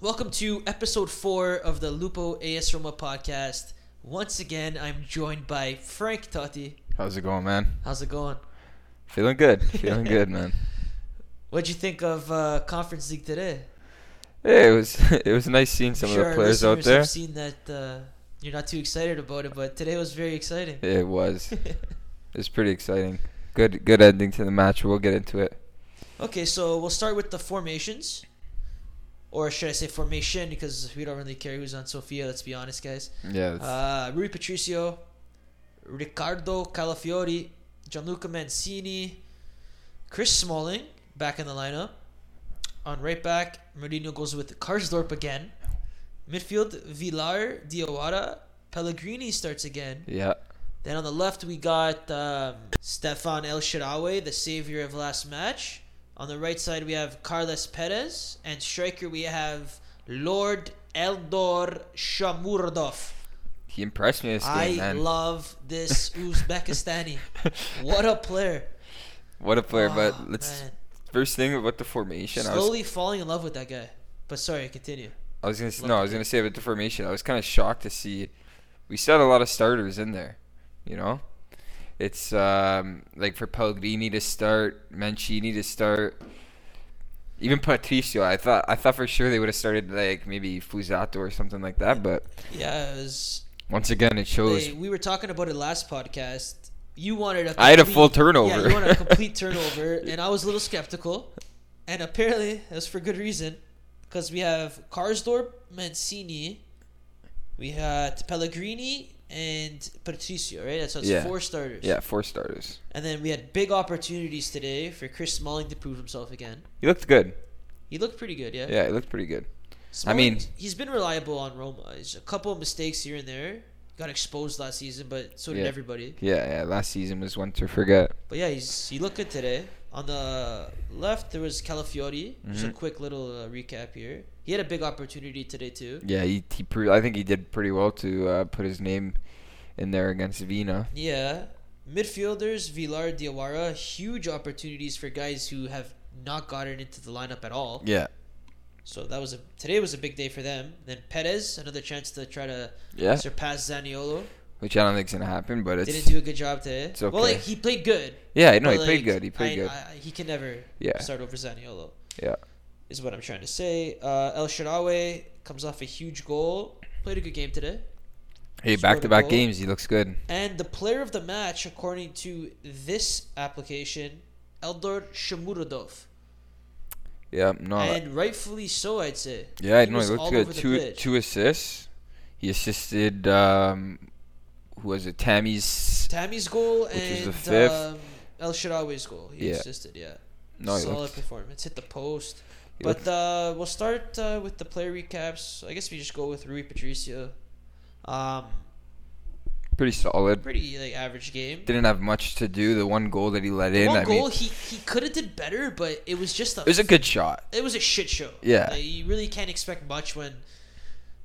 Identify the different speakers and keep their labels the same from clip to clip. Speaker 1: welcome to episode four of the Lupo AS Roma podcast. Once again, I'm joined by Frank Totti.
Speaker 2: How's it going, man?
Speaker 1: How's it going?
Speaker 2: Feeling good. Feeling good, man.
Speaker 1: What'd you think of uh, Conference League today?
Speaker 2: Yeah, it was it was nice seeing some
Speaker 1: sure
Speaker 2: of
Speaker 1: our
Speaker 2: the players out
Speaker 1: listeners
Speaker 2: there.
Speaker 1: have seen that uh, you're not too excited about it, but today was very exciting.
Speaker 2: It was. it was pretty exciting. Good good ending to the match. We'll get into it.
Speaker 1: Okay, so we'll start with the formations. Or should I say formation, because we don't really care who's on Sofia, let's be honest, guys.
Speaker 2: Yeah.
Speaker 1: Uh, Rui Patricio, Riccardo Calafiori, Gianluca Mancini, Chris Smalling back in the lineup. On right back, Mourinho goes with Karsdorp again. Midfield, Villar, Diawara, Pellegrini starts again.
Speaker 2: yeah.
Speaker 1: Then on the left, we got um, Stefan El Shirawe, the savior of last match. On the right side, we have Carlos Perez. And striker, we have Lord Eldor Shamurdov.
Speaker 2: He impressed me this game,
Speaker 1: I
Speaker 2: man.
Speaker 1: love this Uzbekistani. what a player.
Speaker 2: what a player!
Speaker 1: Oh,
Speaker 2: but let's
Speaker 1: man.
Speaker 2: first thing about the formation. I was
Speaker 1: Slowly falling in love with that guy. But sorry, continue.
Speaker 2: I was gonna s-
Speaker 1: look
Speaker 2: no,
Speaker 1: at
Speaker 2: I was gonna say about the formation. I was kind of shocked to see we still had a lot of starters in there. You know, it's um, like for Pellegrini to start, Mancini to start, even Patricio. I thought I thought for sure they would have started like maybe Fuzato or something like that. But
Speaker 1: Yeah, it was,
Speaker 2: once again, it shows.
Speaker 1: they- we were talking about it last podcast. You wanted a
Speaker 2: I had a
Speaker 1: complete-
Speaker 2: full turnover.
Speaker 1: Yeah, you wanted a complete turnover, and I was a little skeptical. And apparently, that's for good reason, because we have Karsdorp, Mancini, we had Pellegrini, and Patricio, right? That's, that's
Speaker 2: Yeah.
Speaker 1: four starters.
Speaker 2: yeah, four starters.
Speaker 1: And then we had big opportunities today for Chris Smalling to prove himself again.
Speaker 2: He looked good.
Speaker 1: He looked pretty good, yeah.
Speaker 2: Yeah, he looked pretty good.
Speaker 1: Smalling,
Speaker 2: mean-
Speaker 1: he's been reliable on Roma. He's a couple of mistakes here and there. Got exposed last season, but so did
Speaker 2: Yeah.
Speaker 1: everybody.
Speaker 2: Yeah, yeah. Last season was one to forget.
Speaker 1: But yeah, he's he looked good today. On the left, there was Calafiori. Just
Speaker 2: Mm-hmm.
Speaker 1: a quick little uh, recap here. He had a big opportunity today too.
Speaker 2: Yeah, he, he pro- I think he did pretty well to uh, put his name in there against Vina.
Speaker 1: Yeah, midfielders Villar, Diawara, huge opportunities for guys who have not gotten into the lineup at all.
Speaker 2: Yeah.
Speaker 1: So that was a today was a big day for them. Then Perez, another chance to try to
Speaker 2: Yeah.
Speaker 1: surpass Zaniolo.
Speaker 2: Which I don't think's gonna happen, but it's
Speaker 1: Didn't do a good job today.
Speaker 2: it's
Speaker 1: Well,
Speaker 2: okay.
Speaker 1: like, he played good.
Speaker 2: yeah, I know he
Speaker 1: but,
Speaker 2: played
Speaker 1: like,
Speaker 2: good. He played
Speaker 1: I-
Speaker 2: good.
Speaker 1: I- he can never
Speaker 2: Yeah.
Speaker 1: start over Zaniolo.
Speaker 2: yeah.
Speaker 1: is what I'm trying to say. Uh, El Shirawe comes off a huge goal, played a good game today,
Speaker 2: Hey,
Speaker 1: scored a
Speaker 2: back to back
Speaker 1: goal.
Speaker 2: games, he looks good.
Speaker 1: and the player of the match, according to this application, Eldor Shamurodov,
Speaker 2: Yeah, no.
Speaker 1: and rightfully so, I'd say.
Speaker 2: Oh, yeah, I know
Speaker 1: was
Speaker 2: he
Speaker 1: all
Speaker 2: looked
Speaker 1: over
Speaker 2: good.
Speaker 1: the
Speaker 2: Two
Speaker 1: pitch.
Speaker 2: two assists. He assisted um who was it? Tammy's
Speaker 1: Tammy's goal
Speaker 2: was
Speaker 1: and
Speaker 2: the fifth.
Speaker 1: Um, El Shirawe's goal. He
Speaker 2: Yeah.
Speaker 1: assisted, yeah.
Speaker 2: No, he
Speaker 1: Solid
Speaker 2: looked-
Speaker 1: performance. Hit the post.
Speaker 2: he
Speaker 1: But uh, we'll start uh, with the player recaps. I guess we just go with Rui Patricio. Um,
Speaker 2: pretty solid.
Speaker 1: pretty like average game.
Speaker 2: Didn't have much to do. The one goal that he let in,
Speaker 1: One
Speaker 2: I
Speaker 1: goal,
Speaker 2: mean
Speaker 1: he, he could have did better, but it was just a
Speaker 2: it was a good shot.
Speaker 1: it was a shit show.
Speaker 2: Yeah.
Speaker 1: Like, you really can't expect much when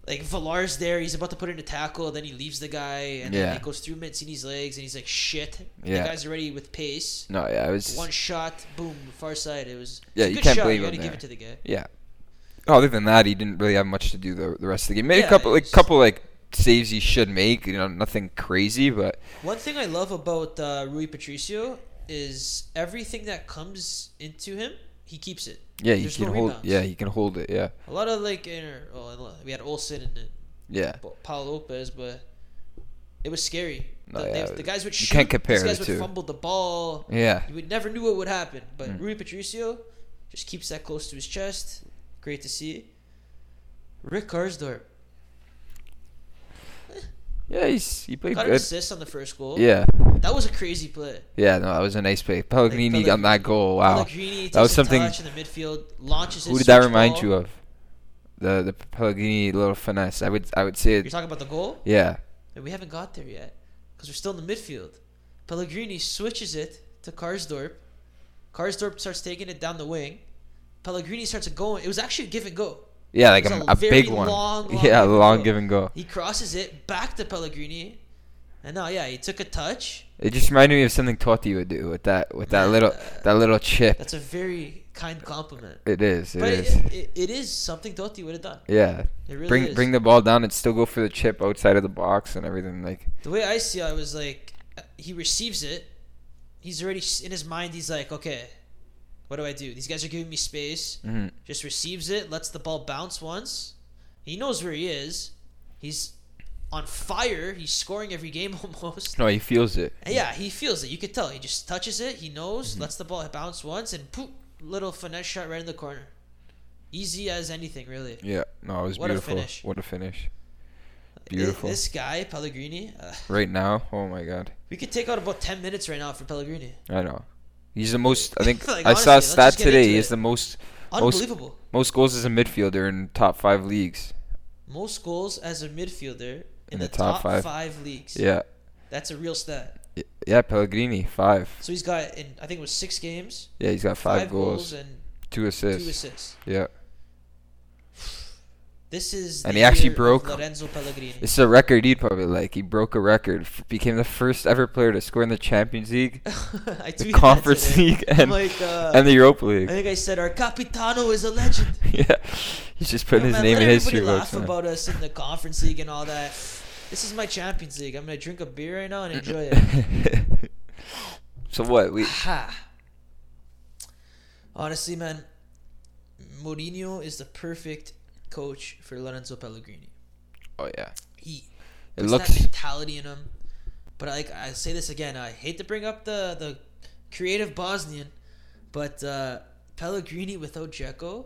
Speaker 1: like Villar's there. He's about to put in a tackle, then he leaves the guy, and
Speaker 2: Yeah.
Speaker 1: then it goes through Mancini's legs, and he's like, "Shit!"
Speaker 2: Yeah.
Speaker 1: The guy's already with pace.
Speaker 2: No, yeah, it was
Speaker 1: One shot, boom, far side. It was
Speaker 2: Yeah,
Speaker 1: it's a
Speaker 2: you
Speaker 1: good
Speaker 2: can't
Speaker 1: shot.
Speaker 2: believe
Speaker 1: you
Speaker 2: him
Speaker 1: gotta give
Speaker 2: there.
Speaker 1: it to the guy.
Speaker 2: Yeah. Other than that, he didn't really have much to do the the rest of the game. Made
Speaker 1: Yeah,
Speaker 2: a couple like
Speaker 1: it's-
Speaker 2: couple like saves he should make. You know, nothing crazy, but
Speaker 1: One thing I love about uh, Rui Patricio is everything that comes into him, he keeps it.
Speaker 2: yeah, he
Speaker 1: There's
Speaker 2: can
Speaker 1: no
Speaker 2: hold.
Speaker 1: rebounds.
Speaker 2: Yeah, he can hold it. Yeah,
Speaker 1: A lot of like, inter- well, we had Olsen and. then
Speaker 2: yeah.
Speaker 1: Bo- Paul Lopez, but it was scary.
Speaker 2: No,
Speaker 1: the,
Speaker 2: yeah,
Speaker 1: they- the guys would
Speaker 2: you
Speaker 1: shoot.
Speaker 2: can't compare
Speaker 1: These guys
Speaker 2: the
Speaker 1: would
Speaker 2: two.
Speaker 1: fumble the ball.
Speaker 2: Yeah.
Speaker 1: You would never knew what would happen. But
Speaker 2: Mm.
Speaker 1: Rui Patricio just keeps that close to his chest. Great to see. Rick Karsdorp
Speaker 2: Yeah, he's he played
Speaker 1: got an
Speaker 2: good.
Speaker 1: assist on the first goal.
Speaker 2: Yeah.
Speaker 1: That was a crazy play.
Speaker 2: Yeah, no, that was a nice play. Pellegrini
Speaker 1: Pellegrini-
Speaker 2: got that goal. Wow.
Speaker 1: Pellegrini takes
Speaker 2: That was
Speaker 1: a
Speaker 2: something-
Speaker 1: touch in the midfield, launches
Speaker 2: Who did that remind
Speaker 1: ball.
Speaker 2: you of? The the Pellegrini little finesse. I would I would say
Speaker 1: You're
Speaker 2: it.
Speaker 1: talking about the goal?
Speaker 2: Yeah.
Speaker 1: And we haven't got there yet because we're still in the midfield. Pellegrini switches it to Karsdorp. Karsdorp starts taking it down the wing. Pellegrini starts going. It was actually a give and go.
Speaker 2: Yeah, like
Speaker 1: It was
Speaker 2: a,
Speaker 1: a
Speaker 2: a big
Speaker 1: very
Speaker 2: one.
Speaker 1: long, long
Speaker 2: yeah,
Speaker 1: give
Speaker 2: a
Speaker 1: and
Speaker 2: long
Speaker 1: go.
Speaker 2: give and go.
Speaker 1: He crosses it back to Pellegrini. And no, yeah, he took a touch.
Speaker 2: It just reminded me of something Totti would do with that with that
Speaker 1: Man,
Speaker 2: little
Speaker 1: uh,
Speaker 2: that little chip.
Speaker 1: That's a very kind compliment.
Speaker 2: It is. It
Speaker 1: but
Speaker 2: is.
Speaker 1: It, it, it is something Totti would have done.
Speaker 2: yeah.
Speaker 1: It really
Speaker 2: bring
Speaker 1: is.
Speaker 2: bring the ball down and still go for the chip outside of the box and everything. Like
Speaker 1: The way I see it, I was like, uh, he receives it. He's already s- in his mind. He's like, okay, what do I do? These guys are giving me space.
Speaker 2: mhm.
Speaker 1: Just receives it, lets the ball bounce once. He knows where he is. He's on fire. He's scoring every game almost.
Speaker 2: no, he feels it.
Speaker 1: And yeah, he feels it. You could tell. He just touches it. He knows.
Speaker 2: Mm-hmm.
Speaker 1: Lets the ball bounce once, and poof, little finesse shot right in the corner. Easy as anything, really.
Speaker 2: Yeah. No, it was
Speaker 1: What a
Speaker 2: beautiful.
Speaker 1: finish.
Speaker 2: What a finish.
Speaker 1: Th-
Speaker 2: Beautiful.
Speaker 1: This guy Pellegrini. Uh,
Speaker 2: Right now, oh my god.
Speaker 1: we could take out about ten minutes right now for Pellegrini.
Speaker 2: I know. He's the most. I think
Speaker 1: Like,
Speaker 2: I saw a
Speaker 1: honestly,
Speaker 2: stat
Speaker 1: let's just get
Speaker 2: today.
Speaker 1: into
Speaker 2: He's
Speaker 1: it.
Speaker 2: the most Most-
Speaker 1: Unbelievable.
Speaker 2: most goals as a midfielder in top five leagues.
Speaker 1: most goals as a midfielder in,
Speaker 2: In
Speaker 1: the,
Speaker 2: the
Speaker 1: top,
Speaker 2: top
Speaker 1: five.
Speaker 2: five.
Speaker 1: leagues.
Speaker 2: Yeah.
Speaker 1: That's a real stat.
Speaker 2: Y- Yeah, Pellegrini five.
Speaker 1: So he's got in I think it was six games,
Speaker 2: Yeah, he's got five, goals,
Speaker 1: and
Speaker 2: two assists.
Speaker 1: two assists.
Speaker 2: Yeah,
Speaker 1: This is
Speaker 2: And
Speaker 1: the
Speaker 2: he actually
Speaker 1: year of
Speaker 2: broke-
Speaker 1: Lorenzo Pellegrini.
Speaker 2: it's a record he'd probably like. He broke a record, f- became the first ever player to score in the Champions League,
Speaker 1: I
Speaker 2: the
Speaker 1: tweeted
Speaker 2: Conference
Speaker 1: that today.
Speaker 2: League,
Speaker 1: I'm
Speaker 2: and
Speaker 1: like, uh,
Speaker 2: and the Europa
Speaker 1: I
Speaker 2: League.
Speaker 1: think I said our Capitano is a legend.
Speaker 2: yeah, he's just putting
Speaker 1: Yo,
Speaker 2: his
Speaker 1: man,
Speaker 2: name
Speaker 1: let
Speaker 2: in
Speaker 1: everybody
Speaker 2: history
Speaker 1: laugh
Speaker 2: books. now.
Speaker 1: about us in the Conference League and all that. This is my Champions League. I'm gonna drink a beer right now and enjoy it.
Speaker 2: so what? We
Speaker 1: Ha. Honestly, man, Mourinho is the perfect coach for Lorenzo Pellegrini.
Speaker 2: oh yeah,
Speaker 1: He
Speaker 2: it
Speaker 1: puts
Speaker 2: looks
Speaker 1: that mentality in him. But like I say this again, I hate to bring up the the creative Bosnian, but uh, Pellegrini without Jekko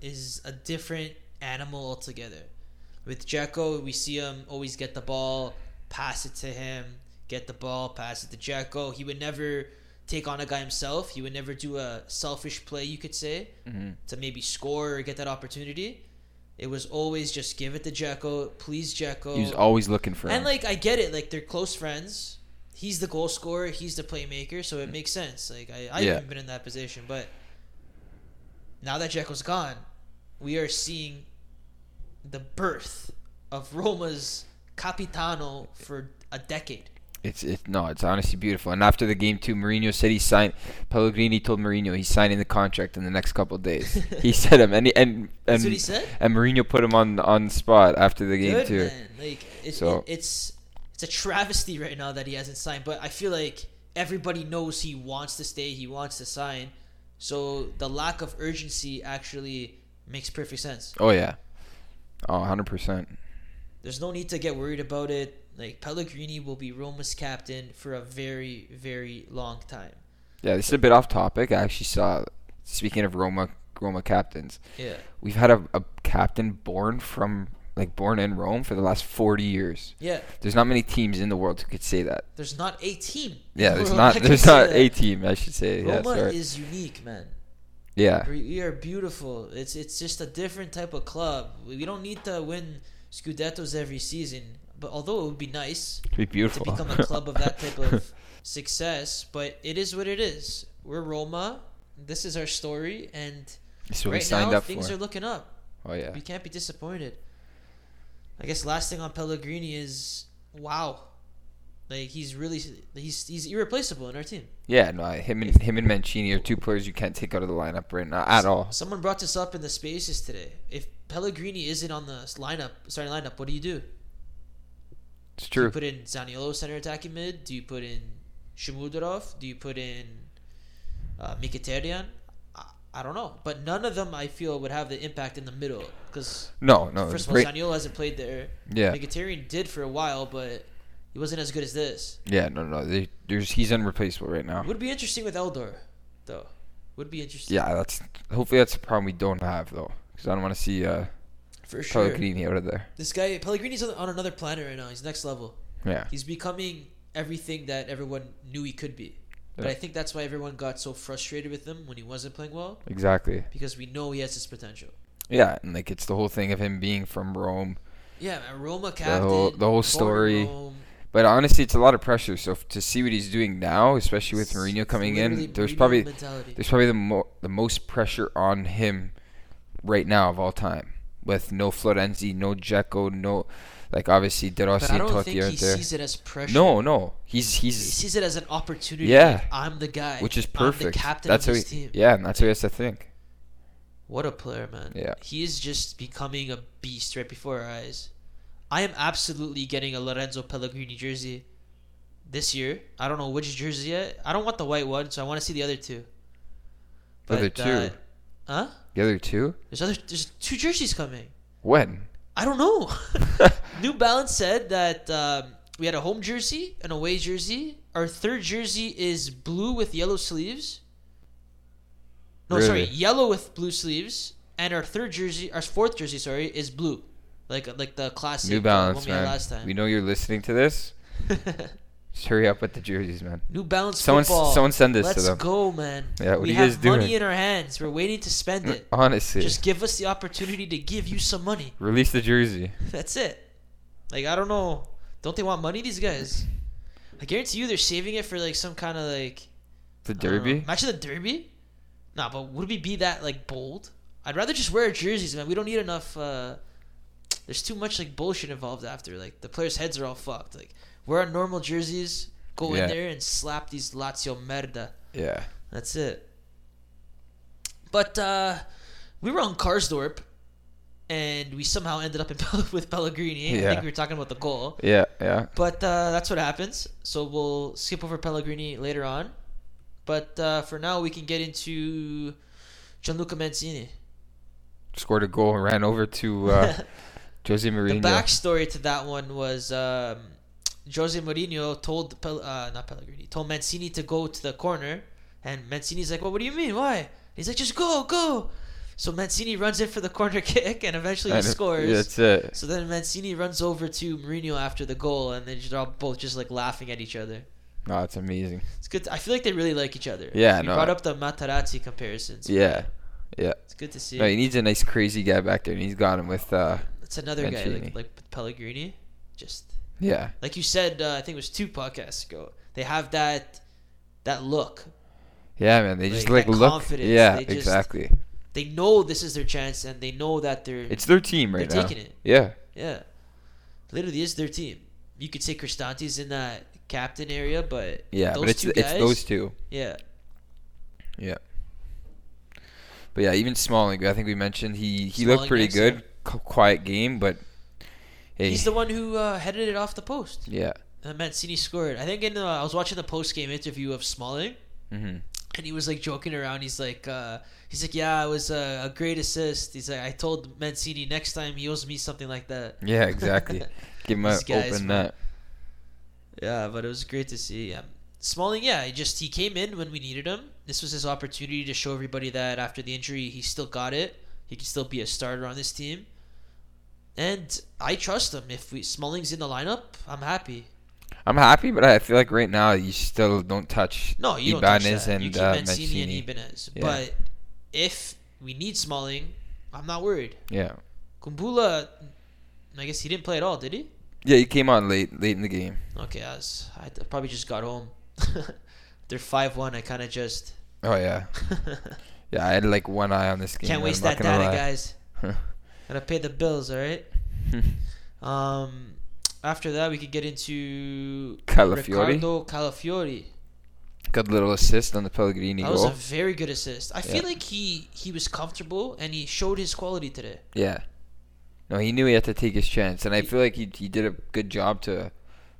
Speaker 1: is a different animal altogether. With Jekko, we see him always get the ball, pass it to him, get the ball, pass it to Jekko. He would never take on a guy himself. He would never do a selfish play, you could say, to maybe score or get that opportunity. It was always just give it to Jekko, please Jekko.
Speaker 2: he's always looking for.
Speaker 1: And
Speaker 2: him.
Speaker 1: like I get it, like they're close friends. He's the goal scorer, he's the playmaker, so it makes sense. Like I, I
Speaker 2: Mm. Yeah.
Speaker 1: haven't been in that position, but now that Jekyll's gone, we are seeing the birth of Roma's Capitano for a decade.
Speaker 2: It's it no, it's honestly beautiful. And after the game too, Mourinho said he signed. Pellegrini told Mourinho he's signing the contract in the next couple of days. he said him, and he- and and
Speaker 1: That's what he said?
Speaker 2: and Mourinho put him on on the spot after the game
Speaker 1: Good
Speaker 2: too.
Speaker 1: man. Like it,
Speaker 2: So-
Speaker 1: it- it's it's a travesty right now that he hasn't signed, but I feel like everybody knows he wants to stay, he wants to sign. So the lack of urgency actually makes perfect sense.
Speaker 2: Oh yeah, oh 100 percent.
Speaker 1: There's no need to get worried about it. Like Pellegrini will be Roma's captain for a very, very long time.
Speaker 2: Yeah, this is a bit off topic. I actually saw. Speaking of Roma, Roma captains,
Speaker 1: Yeah.
Speaker 2: we've had a, a captain born from like born in Rome for the last 40 years.
Speaker 1: Yeah.
Speaker 2: There's not many teams in the world who could say that.
Speaker 1: There's not a team.
Speaker 2: Yeah, there's
Speaker 1: Roma
Speaker 2: not.
Speaker 1: can
Speaker 2: There's
Speaker 1: say
Speaker 2: not
Speaker 1: that.
Speaker 2: a team. I should say. Yeah,
Speaker 1: Roma
Speaker 2: sorry.
Speaker 1: is unique, man.
Speaker 2: yeah.
Speaker 1: We we are beautiful. It's it's just a different type of club. We we don't need to win scudettos every season. But although it would be nice
Speaker 2: It'd be
Speaker 1: to
Speaker 2: beautiful.
Speaker 1: become a club of that type of success, but it is what it is. We're Roma. This is our story, and
Speaker 2: That's what we
Speaker 1: right
Speaker 2: signed
Speaker 1: now
Speaker 2: up
Speaker 1: things
Speaker 2: for.
Speaker 1: are looking up.
Speaker 2: oh yeah.
Speaker 1: We can't be disappointed. I guess last thing on Pellegrini is wow, like he's really he's he's irreplaceable in our team.
Speaker 2: Yeah, no, him and him and Mancini are two players you can't take out of the lineup right now at all.
Speaker 1: Someone brought this up in the spaces today. If Pellegrini isn't on the lineup, starting lineup, what do you do?
Speaker 2: It's
Speaker 1: Do you
Speaker 2: true.
Speaker 1: put in Zaniolo center attacking mid? Do you put in Shmudorov? Do you put in uh, Mkhitaryan? I, I don't know, but none of them I feel would have the impact in the middle because
Speaker 2: No, no,
Speaker 1: first
Speaker 2: it's
Speaker 1: of all,
Speaker 2: great.
Speaker 1: Zaniolo hasn't played there.
Speaker 2: Yeah,
Speaker 1: Mkhitaryan did for a while, but he wasn't as good as this.
Speaker 2: yeah, no, no, they, there's he's unreplaceable right now.
Speaker 1: Would be interesting with Eldor, though. Would be interesting.
Speaker 2: Yeah, that's hopefully that's a problem we don't have though, because I don't want to see uh,
Speaker 1: for sure.
Speaker 2: Pellegrini out of there.
Speaker 1: This guy Pellegrini's on, on another planet right now. He's next level.
Speaker 2: Yeah,
Speaker 1: He's becoming everything that everyone knew he could be. But
Speaker 2: Yeah.
Speaker 1: I think that's why everyone got so frustrated with him when he wasn't playing well
Speaker 2: exactly.
Speaker 1: because we know he has his potential.
Speaker 2: Yeah, and like it's the whole thing of him being from Rome,
Speaker 1: Yeah, man, Roma captain.
Speaker 2: whole- the whole
Speaker 1: born in
Speaker 2: story
Speaker 1: Rome,
Speaker 2: but honestly, it's a lot of pressure. So f- to see what he's doing now, especially with
Speaker 1: it's
Speaker 2: Mourinho coming
Speaker 1: literally
Speaker 2: in, there's
Speaker 1: Mourinho
Speaker 2: probably
Speaker 1: mentality.
Speaker 2: there's probably the mo- the most pressure on him right now of all time with no Florenzi, no Jekko, no Like obviously De
Speaker 1: But
Speaker 2: Rossi
Speaker 1: I
Speaker 2: and
Speaker 1: don't think
Speaker 2: Totti
Speaker 1: he
Speaker 2: aren't there.
Speaker 1: sees it as pressure.
Speaker 2: No, no, he's
Speaker 1: he
Speaker 2: he's
Speaker 1: sees it as an opportunity.
Speaker 2: Yeah.
Speaker 1: like, I'm the guy.
Speaker 2: which is
Speaker 1: I'm
Speaker 2: perfect.
Speaker 1: the captain
Speaker 2: that's
Speaker 1: of
Speaker 2: how
Speaker 1: this
Speaker 2: he,
Speaker 1: team.
Speaker 2: yeah, and that's how he has to think.
Speaker 1: What a player, man.
Speaker 2: Yeah.
Speaker 1: He is just becoming a beast right before our eyes. I am absolutely getting a Lorenzo Pellegrini jersey this year. I don't know which jersey yet. I don't want the white one, so I want to see the other two.
Speaker 2: The other
Speaker 1: uh,
Speaker 2: two?
Speaker 1: huh?
Speaker 2: The other two,
Speaker 1: There's other there's two jerseys coming.
Speaker 2: when?
Speaker 1: I don't know. New Balance said that um, we had a home jersey, an away jersey. Our third jersey is blue with yellow sleeves. No, sorry,
Speaker 2: Really?
Speaker 1: yellow with blue sleeves. And our third jersey, our fourth jersey, sorry, is blue, like like the classic
Speaker 2: New
Speaker 1: uh,
Speaker 2: Balance,
Speaker 1: one we had
Speaker 2: man.
Speaker 1: last time.
Speaker 2: We know you're listening to this. Just hurry up with the jerseys, man.
Speaker 1: New Balance
Speaker 2: Someone, s-
Speaker 1: football.
Speaker 2: someone send this
Speaker 1: Let's
Speaker 2: to them.
Speaker 1: go, man.
Speaker 2: Yeah, what
Speaker 1: we
Speaker 2: are you
Speaker 1: have
Speaker 2: guys doing?
Speaker 1: money in our hands. We're waiting to spend it.
Speaker 2: Honestly,
Speaker 1: Just give us the opportunity to give you some money.
Speaker 2: release the jersey.
Speaker 1: That's it. Like I don't know. Don't they want money? These guys. I guarantee you, they're saving it for like some kind of like I
Speaker 2: The
Speaker 1: don't know.
Speaker 2: derby.
Speaker 1: Imagine the derby. Nah, but would we be that like bold? I'd rather just wear our jerseys, man. We don't need enough. uh There's too much like bullshit involved after. Like the players' heads are all fucked. Like wear our normal jerseys. Go
Speaker 2: Yeah.
Speaker 1: in there and slap these Lazio merda.
Speaker 2: Yeah.
Speaker 1: That's it. But uh, we were on Karsdorp, and we somehow ended up in Pel- with Pellegrini. I
Speaker 2: Yeah.
Speaker 1: think we were talking about the goal.
Speaker 2: Yeah. Yeah.
Speaker 1: But uh, that's what happens. So we'll skip over Pellegrini later on. But uh, for now, we can get into Gianluca Mancini.
Speaker 2: Scored a goal and ran over to uh, Jose
Speaker 1: The
Speaker 2: Mourinho.
Speaker 1: backstory to that one was um, Jose Mourinho told Pel- uh, not Pellegrini told Mancini to go to the corner, and Mancini's like, "Well, what do you mean? Why?" He's like, "Just go, go." So Mancini runs in for the corner kick, and eventually he
Speaker 2: And it-
Speaker 1: scores.
Speaker 2: That's it.
Speaker 1: So then Mancini runs over to Mourinho after the goal, and they just- they're all both just like laughing at each other.
Speaker 2: No, it's amazing.
Speaker 1: It's good. I feel like they really like each other.
Speaker 2: Yeah,
Speaker 1: we
Speaker 2: no.
Speaker 1: brought up the Matarazzi comparisons.
Speaker 2: Yeah. Yeah.
Speaker 1: it's good to see.
Speaker 2: No, he needs a nice crazy guy back there, and he's got him with. Uh,
Speaker 1: That's another guy
Speaker 2: Mancini.
Speaker 1: like like Pellegrini, just
Speaker 2: yeah.
Speaker 1: like you said, uh, I think it was two podcasts ago. They have that that look.
Speaker 2: Yeah, man. They just
Speaker 1: Like,
Speaker 2: like,
Speaker 1: that
Speaker 2: look.
Speaker 1: confidence,
Speaker 2: Yeah.
Speaker 1: they just-
Speaker 2: Exactly.
Speaker 1: They know this is their chance, and they know that they're
Speaker 2: It's their team right
Speaker 1: they're
Speaker 2: now.
Speaker 1: taking it.
Speaker 2: Yeah.
Speaker 1: yeah. Literally, it's their team. You could say Cristanti's in that captain area, but
Speaker 2: Yeah.
Speaker 1: those
Speaker 2: but it's
Speaker 1: two
Speaker 2: it's
Speaker 1: guys-
Speaker 2: those two.
Speaker 1: yeah,
Speaker 2: Yeah. But yeah, even Smalling, I think we mentioned he he
Speaker 1: Smalling
Speaker 2: looked pretty
Speaker 1: next, yeah.
Speaker 2: good. Qu- quiet game, but hey,
Speaker 1: he's the one who uh, headed it off the post.
Speaker 2: yeah.
Speaker 1: And Mancini scored. I think in uh, I was watching the post game interview of Smalling,
Speaker 2: Mm-hmm.
Speaker 1: and he was like joking around. He's like, uh, he's like, yeah, it was a, a great assist. He's like, I told Mancini next time he owes me something like that.
Speaker 2: Yeah, exactly. Give him an
Speaker 1: This guy's
Speaker 2: open
Speaker 1: fun.
Speaker 2: net.
Speaker 1: Yeah, but it was great to see. Um, Smalling, yeah, he just he came in when we needed him. This was his opportunity to show everybody that after the injury, he still got it. He can still be a starter on this team, and I trust him. If we Smalling's in the lineup, I'm happy.
Speaker 2: I'm happy, but I feel like right now you still don't touch
Speaker 1: No, you don't touch
Speaker 2: Ibanez
Speaker 1: that.
Speaker 2: and
Speaker 1: you keep
Speaker 2: uh,
Speaker 1: Mancini,
Speaker 2: Mancini.
Speaker 1: and Ibanez.
Speaker 2: Yeah.
Speaker 1: But if we need Smalling, I'm not worried.
Speaker 2: yeah,
Speaker 1: Kumbula, I guess he didn't play at all, did he?
Speaker 2: yeah. He came on late, late in the game.
Speaker 1: Okay, I, was, I probably just got home. They're five one. I kind of just.
Speaker 2: Oh yeah, yeah. I had like one eye on this game.
Speaker 1: Can't
Speaker 2: man,
Speaker 1: waste
Speaker 2: I'm
Speaker 1: that
Speaker 2: not gonna
Speaker 1: data,
Speaker 2: lie.
Speaker 1: guys. Gotta pay the bills, all right. Um, after that, we could get into
Speaker 2: Calafiori.
Speaker 1: Ricardo Calafiori.
Speaker 2: Good little assist on the Pellegrini
Speaker 1: That was
Speaker 2: goal.
Speaker 1: a very good assist. I feel
Speaker 2: Yeah.
Speaker 1: like he he was comfortable and he showed his quality today.
Speaker 2: Yeah. No, he knew he had to take his chance, and I
Speaker 1: He-
Speaker 2: feel like he he did a good job to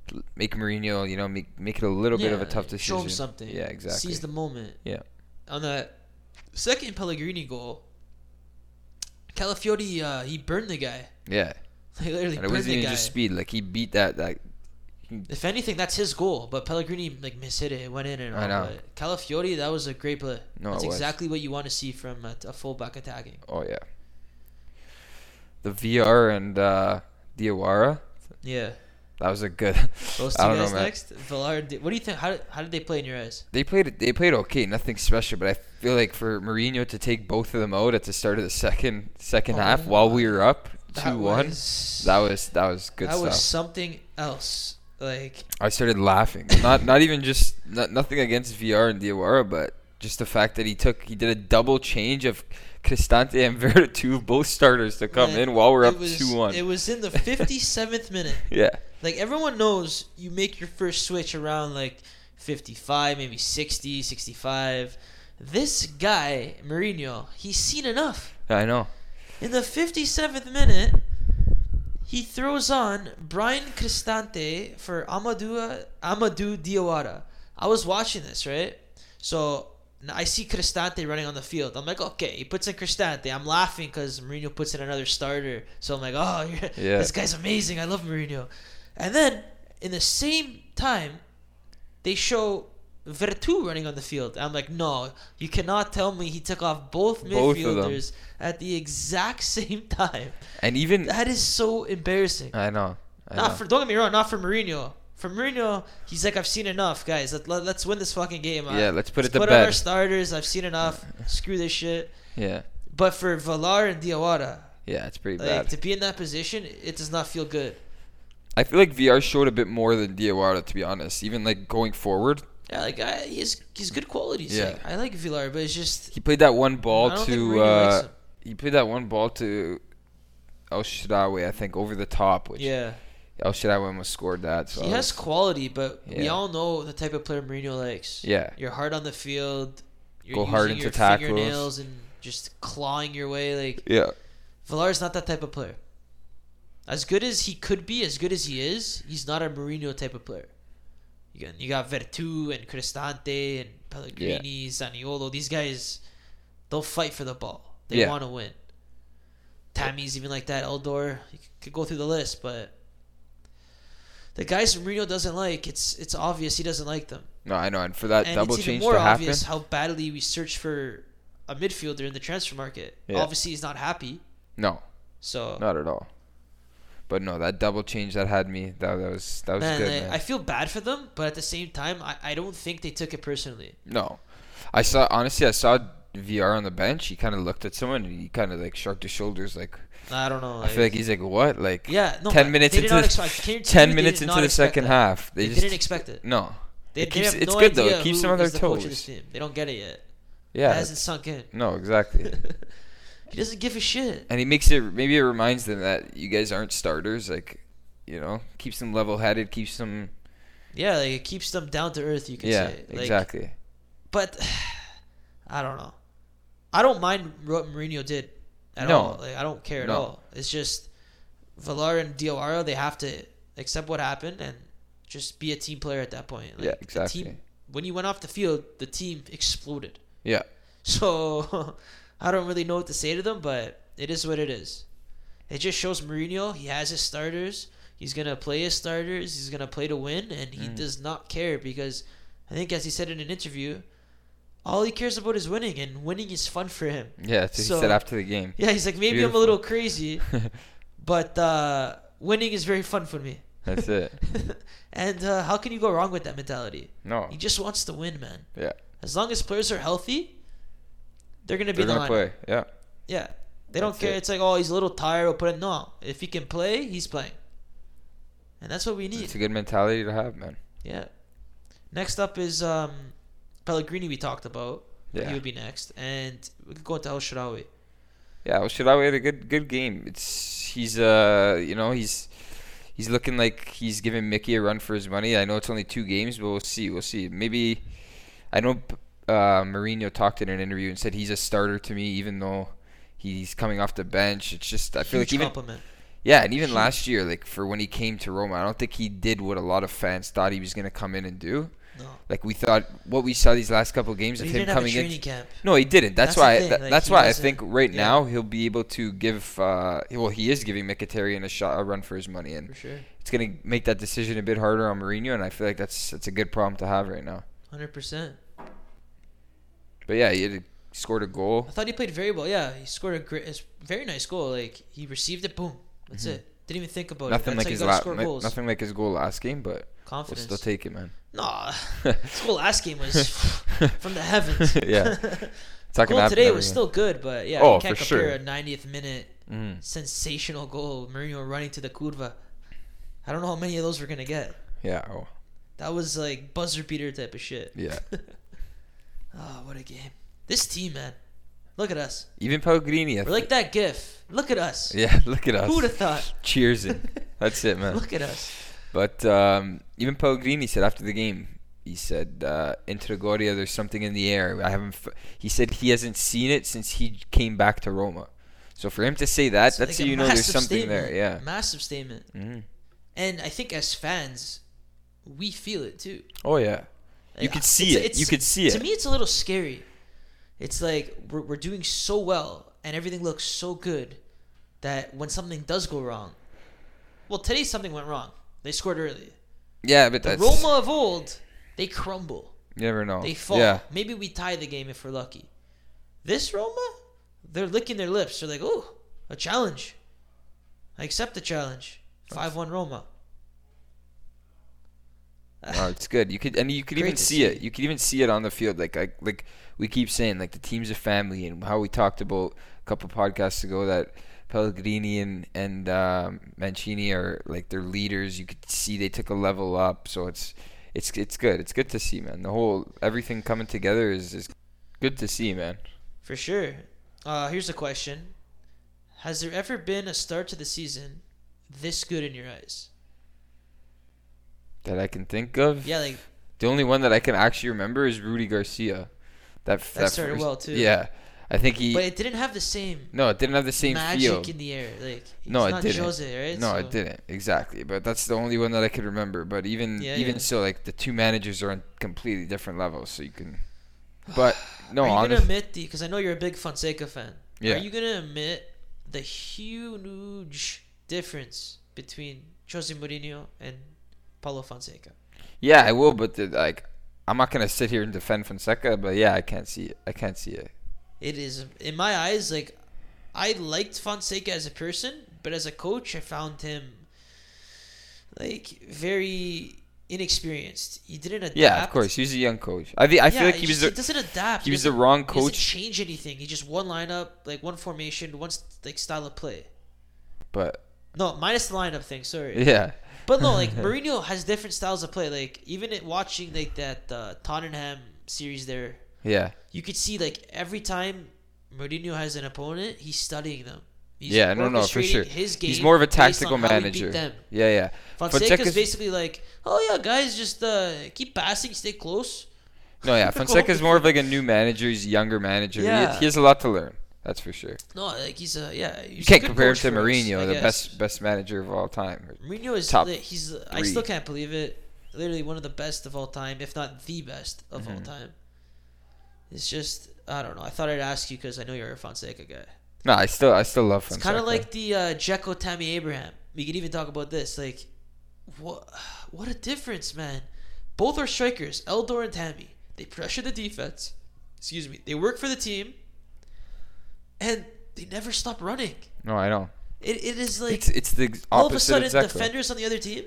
Speaker 2: to make Mourinho, you know, make make it a little bit of a
Speaker 1: Yeah,
Speaker 2: tough decision.
Speaker 1: Show him something.
Speaker 2: Yeah, exactly.
Speaker 1: Seize the moment.
Speaker 2: Yeah.
Speaker 1: On the second Pellegrini goal, Calafiori uh, he burned the guy.
Speaker 2: yeah,
Speaker 1: He literally
Speaker 2: and it
Speaker 1: burned
Speaker 2: wasn't
Speaker 1: the
Speaker 2: even
Speaker 1: guy.
Speaker 2: just speed. Like he beat that that.
Speaker 1: If anything, that's his goal. But Pellegrini like mishit it, it went in and all.
Speaker 2: I know.
Speaker 1: But Calafiori, that was a great play.
Speaker 2: No, it
Speaker 1: that's
Speaker 2: was.
Speaker 1: exactly what you want to see from a, a fullback attacking.
Speaker 2: Oh yeah. The VR and uh, Diawara,
Speaker 1: Yeah.
Speaker 2: that was a good.
Speaker 1: Those two
Speaker 2: I don't
Speaker 1: guys
Speaker 2: know, man.
Speaker 1: next. Villar, did- what do you think? How, how did they play in your eyes?
Speaker 2: They played it. They played okay, nothing special. But I feel like for Mourinho to take both of them out at the start of the second second
Speaker 1: Oh,
Speaker 2: half while we were up
Speaker 1: That
Speaker 2: two one,
Speaker 1: was-
Speaker 2: that was that was good
Speaker 1: that
Speaker 2: stuff.
Speaker 1: was something else. Like
Speaker 2: I started laughing. Not not even just not, nothing against VR and Diawara, but Just the fact that he took he did a double change of Cristante and Vertu, both starters, to come
Speaker 1: Like,
Speaker 2: in while we're
Speaker 1: it
Speaker 2: up
Speaker 1: was-
Speaker 2: two one.
Speaker 1: It was in the 57th minute.
Speaker 2: yeah,
Speaker 1: Like everyone knows you make your first switch around like 55, maybe 60, 65. This guy, Mourinho, he's seen enough.
Speaker 2: I know.
Speaker 1: In the 57th minute, he throws on Brian Cristante for Amadou Amadou Diawara. I was watching this, right? So n- I see Cristante running on the field. I'm like, okay, he puts in Cristante. I'm laughing because Mourinho puts in another starter. So I'm like, oh, you're-
Speaker 2: Yeah.
Speaker 1: this guy's amazing. I love Mourinho. And then in the same time, they show Vertu running on the field. I'm like, no, you cannot tell me he took off both
Speaker 2: Both of them.
Speaker 1: midfielders at the exact same time.
Speaker 2: And even
Speaker 1: That is so embarrassing.
Speaker 2: I know. I know.
Speaker 1: Not for don't get me wrong, not for Mourinho. For Mourinho, he's like, I've seen enough, guys. Let, let, us win this fucking game. I-
Speaker 2: Yeah, let's put it to
Speaker 1: put on our
Speaker 2: bed.
Speaker 1: starters. I've seen enough. Screw this shit.
Speaker 2: yeah,
Speaker 1: But for Valar and Diawara,
Speaker 2: yeah, it's pretty
Speaker 1: like
Speaker 2: bad.
Speaker 1: to be in that position, it does not feel good.
Speaker 2: I feel like VR showed a bit more than Diawara, to be honest. Even like going forward,
Speaker 1: Yeah, like I, he has he's good qualities.
Speaker 2: Yeah.
Speaker 1: Like, I like Villar, but it's just
Speaker 2: he played that one ball
Speaker 1: I don't think
Speaker 2: to.
Speaker 1: Mourinho likes
Speaker 2: Uh,
Speaker 1: him.
Speaker 2: he played that one ball to El Shadawi, I think, over the top. Which
Speaker 1: yeah.
Speaker 2: El Shadawi almost scored that. So
Speaker 1: He
Speaker 2: I
Speaker 1: has
Speaker 2: was-
Speaker 1: quality, but we
Speaker 2: Yeah.
Speaker 1: all know the type of player Mourinho likes.
Speaker 2: Yeah,
Speaker 1: You're hard on the field. You're
Speaker 2: Go hard
Speaker 1: using
Speaker 2: into
Speaker 1: your
Speaker 2: tackles.
Speaker 1: fingernails and just clawing your way. Like
Speaker 2: yeah,
Speaker 1: Villar's not that type of player. As good as he could be, as good as he is, he's not a Mourinho type of player. You got, you got Vertu and Cristante and Pellegrini, Zaniolo. These guys, they'll fight for the ball. They
Speaker 2: Yeah.
Speaker 1: want to win. Tammy's even like that. Eldor, you c- could go through the list, but the guys Mourinho doesn't like, it's it's obvious he doesn't like them.
Speaker 2: No, I know. And for that
Speaker 1: And
Speaker 2: double
Speaker 1: it's even
Speaker 2: change
Speaker 1: more
Speaker 2: to happen,
Speaker 1: obvious how badly we search for a midfielder in the transfer market.
Speaker 2: Yeah.
Speaker 1: Obviously, he's not happy.
Speaker 2: no,
Speaker 1: So
Speaker 2: not at all. But no, that double change that had me. That, that was that was
Speaker 1: man,
Speaker 2: good.
Speaker 1: I,
Speaker 2: man.
Speaker 1: I feel bad for them, but at the same time, I, I don't think they took it personally.
Speaker 2: No, I saw honestly. I saw VR on the bench. He kind of looked at someone and he kind of like shrugged his shoulders. Like
Speaker 1: I don't know.
Speaker 2: I feel like he's like what? Like
Speaker 1: yeah, no,
Speaker 2: ten
Speaker 1: but
Speaker 2: minutes
Speaker 1: they did
Speaker 2: into
Speaker 1: not
Speaker 2: the,
Speaker 1: expect- I guarantee you
Speaker 2: ten
Speaker 1: they
Speaker 2: minutes
Speaker 1: did
Speaker 2: into
Speaker 1: not
Speaker 2: the
Speaker 1: expect
Speaker 2: second
Speaker 1: that.
Speaker 2: half. They,
Speaker 1: They,
Speaker 2: just
Speaker 1: didn't expect it.
Speaker 2: no.
Speaker 1: They,
Speaker 2: it
Speaker 1: they
Speaker 2: keeps-
Speaker 1: have
Speaker 2: it's
Speaker 1: no
Speaker 2: good, though. It
Speaker 1: idea
Speaker 2: keeps
Speaker 1: who
Speaker 2: them on
Speaker 1: is
Speaker 2: their
Speaker 1: the coach of this
Speaker 2: toes.
Speaker 1: team. They don't get it yet.
Speaker 2: Yeah.
Speaker 1: That hasn't sunk in.
Speaker 2: no, exactly.
Speaker 1: He doesn't give a shit.
Speaker 2: and he makes it. Maybe it reminds them that you guys aren't starters. Like, you know, keeps them level-headed. Keeps them.
Speaker 1: Yeah, like it keeps them down to earth. You could
Speaker 2: Yeah,
Speaker 1: say like,
Speaker 2: exactly.
Speaker 1: But I don't know. I don't mind what Mourinho did at
Speaker 2: No.
Speaker 1: all. Like, I don't care at
Speaker 2: No.
Speaker 1: all. It's just Valar and Diawara, they have to accept what happened and just be a team player at that point. Like,
Speaker 2: Yeah,
Speaker 1: the
Speaker 2: exactly.
Speaker 1: team, when you went off the field, the team exploded.
Speaker 2: Yeah.
Speaker 1: So I don't really know what to say to them, but it is what it is. It just shows Mourinho, he has his starters. He's going to play his starters. He's going to play to win, and he
Speaker 2: Mm.
Speaker 1: does not care because I think, as he said in an interview, all he cares about is winning, and winning is fun for him.
Speaker 2: Yeah. That's what
Speaker 1: So-
Speaker 2: he said after the game.
Speaker 1: Yeah, he's like, maybe I'm a
Speaker 2: Beautiful.
Speaker 1: little crazy, but uh, winning is very fun for me.
Speaker 2: That's it.
Speaker 1: and uh, how can you go wrong with that mentality?
Speaker 2: No.
Speaker 1: He just wants to win, man.
Speaker 2: Yeah.
Speaker 1: As long as players are healthy, they're going to be
Speaker 2: They're
Speaker 1: the
Speaker 2: gonna
Speaker 1: lineup.
Speaker 2: play. Yeah.
Speaker 1: Yeah. They don't
Speaker 2: That's
Speaker 1: care.
Speaker 2: it.
Speaker 1: It's like, oh, he's a little tired. We'll put it. No. If he can play, he's playing. And that's what we need.
Speaker 2: It's a good mentality to have, man.
Speaker 1: Yeah. Next up is um, Pellegrini, we talked about.
Speaker 2: Yeah.
Speaker 1: He would be next. And we could go into El Sharawi.
Speaker 2: Yeah, well, Shadawi had a good good game. It's he's uh you know he's he's looking like he's giving Mickey a run for his money. I know it's only two games, but we'll see. We'll see. Maybe I know uh, Mourinho talked in an interview and said he's a starter to me, even though he's coming off the bench. It's just I feel
Speaker 1: Huge
Speaker 2: like even
Speaker 1: compliment.
Speaker 2: yeah, and even
Speaker 1: Huge.
Speaker 2: last year, like for when he came to Roma, I don't think he did what a lot of fans thought he was gonna come in and do.
Speaker 1: No.
Speaker 2: Like we thought, what we saw these last couple games
Speaker 1: But
Speaker 2: of
Speaker 1: he
Speaker 2: him
Speaker 1: didn't have a
Speaker 2: coming in,
Speaker 1: training camp.
Speaker 2: no, he didn't.
Speaker 1: That's
Speaker 2: That's,
Speaker 1: the
Speaker 2: why.
Speaker 1: thing,
Speaker 2: tha-
Speaker 1: like,
Speaker 2: that's
Speaker 1: he
Speaker 2: why I
Speaker 1: doesn't-
Speaker 2: think right
Speaker 1: yeah.
Speaker 2: now he'll be able to give. Uh, well, he is giving Mkhitaryan a shot, a run for his money,
Speaker 1: For
Speaker 2: and
Speaker 1: sure.
Speaker 2: it's gonna make that decision a bit harder on Mourinho. And I feel like that's that's a good problem to have right now.
Speaker 1: 100%.
Speaker 2: But yeah, he had, scored a goal.
Speaker 1: I thought he played very well. Yeah. He scored a great, it's very nice goal. Like, he received it. Boom. That's it. Didn't even think about
Speaker 2: Mm-hmm. Nothing
Speaker 1: it. That's
Speaker 2: like
Speaker 1: how you
Speaker 2: his
Speaker 1: gotta
Speaker 2: la-
Speaker 1: score
Speaker 2: like-
Speaker 1: goals.
Speaker 2: nothing like his goal last game, but we'll
Speaker 1: Confidence.
Speaker 2: still take it, man.
Speaker 1: Nah, this whole last game was from the heavens.
Speaker 2: Yeah. It's not gonna
Speaker 1: goal
Speaker 2: happen
Speaker 1: today
Speaker 2: every
Speaker 1: was
Speaker 2: game.
Speaker 1: still good, but yeah,
Speaker 2: Oh,
Speaker 1: you can't
Speaker 2: for
Speaker 1: compare a
Speaker 2: sure.
Speaker 1: 90th minute
Speaker 2: Mm.
Speaker 1: sensational goal, Mourinho running to the curva. I don't know how many of those we're gonna get.
Speaker 2: Yeah. Oh.
Speaker 1: That was like buzzer beater type of shit.
Speaker 2: Yeah.
Speaker 1: Oh, what a game! This team, man. Look at us.
Speaker 2: Even Pellegrini. I
Speaker 1: We're like
Speaker 2: thi-
Speaker 1: that GIF. Look at us.
Speaker 2: Yeah, look at us.
Speaker 1: Who would have thought?
Speaker 2: Cheers it. That's it, man.
Speaker 1: Look at us.
Speaker 2: But um, even Pellegrini said after the game, he said, uh, "In Trigoria, there's something in the air. I haven't." F-. He said he hasn't seen it since he came back to Roma. So for him to say that,
Speaker 1: It's like
Speaker 2: that's how
Speaker 1: a
Speaker 2: you know there's
Speaker 1: massive
Speaker 2: something
Speaker 1: statement.
Speaker 2: there. Yeah.
Speaker 1: Massive statement.
Speaker 2: Mm.
Speaker 1: And I think as fans, we feel it too.
Speaker 2: Oh yeah. You
Speaker 1: Like,
Speaker 2: could see it. You could see
Speaker 1: To
Speaker 2: it.
Speaker 1: me, it's a little scary. It's like we're, we're doing so well and everything looks so good that when something does go wrong, well, today something went wrong. They scored early.
Speaker 2: Yeah, but
Speaker 1: The
Speaker 2: that's
Speaker 1: Roma of old, they crumble.
Speaker 2: you never know.
Speaker 1: They fall.
Speaker 2: Yeah.
Speaker 1: Maybe we tie the game if we're lucky. This Roma, they're licking their lips. They're like, oh, a challenge. I accept the challenge. 5 1 Roma.
Speaker 2: No, Oh, it's good. You could and you could
Speaker 1: Great
Speaker 2: even
Speaker 1: to
Speaker 2: see,
Speaker 1: see.
Speaker 2: it. You could even see it on the field. Like like like we keep saying, like the team's a family, and how we talked about a couple podcasts ago that Pellegrini and and um, Mancini are like their leaders. You could see they took a level up. So it's it's it's good. It's good to see, man. The whole everything coming together is is good to see, man.
Speaker 1: For sure. Uh, here's a question Has there ever been a start to the season this good in your eyes?
Speaker 2: That I can think of.
Speaker 1: Yeah, like
Speaker 2: The only one that I can actually remember is Rudy Garcia. That that,
Speaker 1: started
Speaker 2: first-
Speaker 1: well, too.
Speaker 2: Yeah, I think he.
Speaker 1: but it didn't have the same,
Speaker 2: no, it didn't have the same
Speaker 1: magic
Speaker 2: feel.
Speaker 1: in the air. Like it's
Speaker 2: No, it
Speaker 1: not
Speaker 2: didn't.
Speaker 1: Jose, right?
Speaker 2: No,
Speaker 1: So-
Speaker 2: it didn't exactly. But that's the only one that I could remember. But even
Speaker 1: Yeah,
Speaker 2: even
Speaker 1: yeah.
Speaker 2: so, like the two managers are on completely different levels. So you can. But no,
Speaker 1: Are you
Speaker 2: honest,
Speaker 1: gonna admit the? Because I know you're a big Fonseca fan.
Speaker 2: Yeah.
Speaker 1: Are you gonna admit the huge difference between Jose Mourinho and Paulo Fonseca?
Speaker 2: yeah, I will. But the, like, I'm not gonna sit here and defend Fonseca. But yeah, I can't see it. I can't see it.
Speaker 1: It is in my eyes like I liked Fonseca as a person, but as a coach, I found him like very inexperienced. He didn't adapt.
Speaker 2: Yeah, of course, he's a young coach. I think I feel
Speaker 1: Yeah,
Speaker 2: like he was
Speaker 1: just-
Speaker 2: the,
Speaker 1: doesn't adapt.
Speaker 2: he was the
Speaker 1: doesn't-
Speaker 2: wrong
Speaker 1: he doesn't
Speaker 2: coach.
Speaker 1: change anything. He just one lineup, like one formation, one st- like style of play.
Speaker 2: but
Speaker 1: No, minus the lineup thing. Sorry.
Speaker 2: yeah,
Speaker 1: But no, like Mourinho has different styles of play. Like even it, watching like that uh, Tottenham series, there
Speaker 2: yeah,
Speaker 1: you could see like every time Mourinho has an opponent, he's studying them. He's
Speaker 2: yeah. No, no, for
Speaker 1: orchestrating
Speaker 2: sure.
Speaker 1: His game
Speaker 2: He's more of a
Speaker 1: based on
Speaker 2: tactical
Speaker 1: how we beat
Speaker 2: manager. Yeah,
Speaker 1: them.
Speaker 2: yeah.
Speaker 1: Fonseca's,
Speaker 2: Fonseca's-
Speaker 1: basically like, oh yeah, guys, just uh, keep passing, stay close.
Speaker 2: No, yeah.
Speaker 1: Go
Speaker 2: Fonseca's
Speaker 1: on.
Speaker 2: more of like a new manager. He's a younger manager. He-
Speaker 1: Yeah.
Speaker 2: he has a lot to learn. That's for sure.
Speaker 1: No, like he's a yeah.
Speaker 2: You can't compare him to Mourinho, the best best manager of all time.
Speaker 1: Mourinho is
Speaker 2: top
Speaker 1: li- he's I still
Speaker 2: three.
Speaker 1: can't believe it. Literally one of the best of all time, if not the best of all
Speaker 2: Mm-hmm.
Speaker 1: time. It's just I don't know. I thought I'd ask you because I know you're a Fonseca guy.
Speaker 2: No, I still I still love
Speaker 1: It's
Speaker 2: Fonseca.
Speaker 1: kind of like the uh, Jekko Tammy Abraham. We could even talk about this. Like, what what a difference, man! Both are strikers, Eldor and Tammy. They pressure the defense. Excuse me. They work for the team, and they never stop running.
Speaker 2: no, I know.
Speaker 1: It, it is like
Speaker 2: it's it's the opposite
Speaker 1: all of a sudden
Speaker 2: exactly.
Speaker 1: defenders on the other team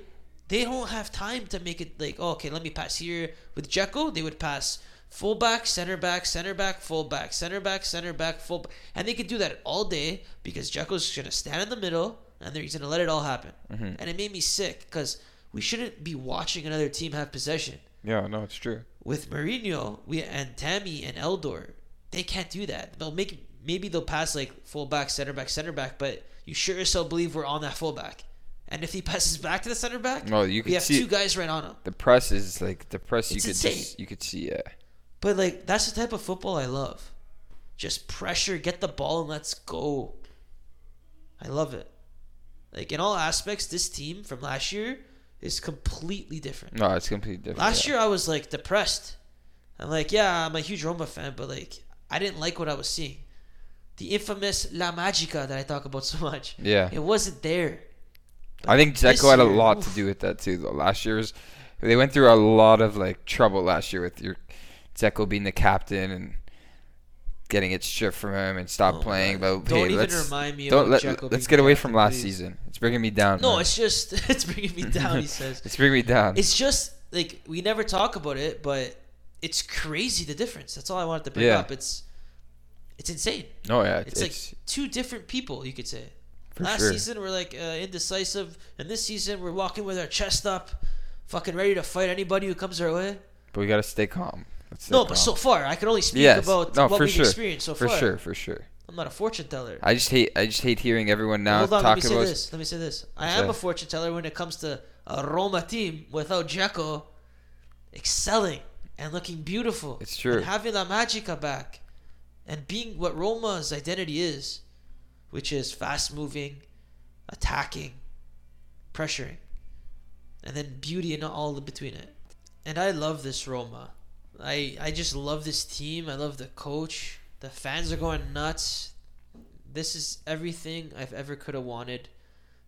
Speaker 1: they don't have time to make it like oh, okay let me pass here with Jekko they would pass full back center back center back full back center back center back full back. and they could do that all day because Jekko's gonna stand in the middle and they're- he's gonna let it all happen
Speaker 2: Mm-hmm.
Speaker 1: and it made me sick because we shouldn't be watching another team have possession
Speaker 2: Yeah, no, it's true.
Speaker 1: with Mourinho we and Tammy and Eldor, they can't do that. They'll make maybe they'll pass like full back, center back, center back, but you sure as hell believe we're on that full back. And if he passes back to the center back,
Speaker 2: No, you
Speaker 1: we
Speaker 2: could
Speaker 1: have
Speaker 2: see
Speaker 1: two guys right on him.
Speaker 2: the press is like the press. You
Speaker 1: It's
Speaker 2: could
Speaker 1: insane.
Speaker 2: just you could see yeah.
Speaker 1: But like that's the type of football I love. Just pressure, get the ball, and let's go. I love it. Like in all aspects, this team from last year is completely different.
Speaker 2: No, it's completely different.
Speaker 1: Last
Speaker 2: yeah.
Speaker 1: year I was like depressed. I'm like, yeah, I'm a huge Roma fan, but like I didn't like what I was seeing. The infamous La Magica that I talk about so much.
Speaker 2: Yeah.
Speaker 1: It wasn't there.
Speaker 2: I think
Speaker 1: this
Speaker 2: Zeko had a
Speaker 1: year,
Speaker 2: lot to
Speaker 1: oof.
Speaker 2: do with that too. Though last year's, they went through a lot of like trouble last year with your Zeko being the captain and getting it stripped from him and stop
Speaker 1: Oh,
Speaker 2: playing.
Speaker 1: God.
Speaker 2: But
Speaker 1: Don't
Speaker 2: hey,
Speaker 1: even
Speaker 2: let's
Speaker 1: remind me
Speaker 2: don't
Speaker 1: about
Speaker 2: let,
Speaker 1: Dzeko
Speaker 2: let's
Speaker 1: being
Speaker 2: get away
Speaker 1: captain,
Speaker 2: from last
Speaker 1: please.
Speaker 2: season. It's bringing me down.
Speaker 1: No,
Speaker 2: man.
Speaker 1: it's just it's bringing me down. He says
Speaker 2: It's bringing me down.
Speaker 1: it's just like we never talk about it, but it's crazy the difference. That's all I wanted to bring
Speaker 2: Yeah.
Speaker 1: up. It's it's insane.
Speaker 2: no, yeah,
Speaker 1: It's, like two different people, you could say.
Speaker 2: For
Speaker 1: Last
Speaker 2: sure.
Speaker 1: season we're like uh, indecisive, and this season we're walking with our chest up, fucking ready to fight anybody who comes our way.
Speaker 2: But we gotta stay calm. That's
Speaker 1: No,
Speaker 2: their
Speaker 1: but so
Speaker 2: problem.
Speaker 1: far I can only speak
Speaker 2: Yes.
Speaker 1: about
Speaker 2: No,
Speaker 1: what
Speaker 2: for
Speaker 1: we've
Speaker 2: sure.
Speaker 1: experienced so
Speaker 2: for
Speaker 1: far.
Speaker 2: sure, for sure.
Speaker 1: I'm not a fortune teller.
Speaker 2: I just hate I just hate hearing everyone now
Speaker 1: Hold on, let
Speaker 2: talk
Speaker 1: me say
Speaker 2: about
Speaker 1: this. Let me say this. I
Speaker 2: What's
Speaker 1: am
Speaker 2: that?
Speaker 1: a fortune teller when it comes to a Roma team without Jacko excelling and looking beautiful.
Speaker 2: It's true.
Speaker 1: And having La Magica back and being what Roma's identity is, which is fast moving, attacking, pressuring, and then beauty and all in between it. And I love this Roma. I, I just love this team. I love the coach. The fans are going nuts. This is everything I've ever could have wanted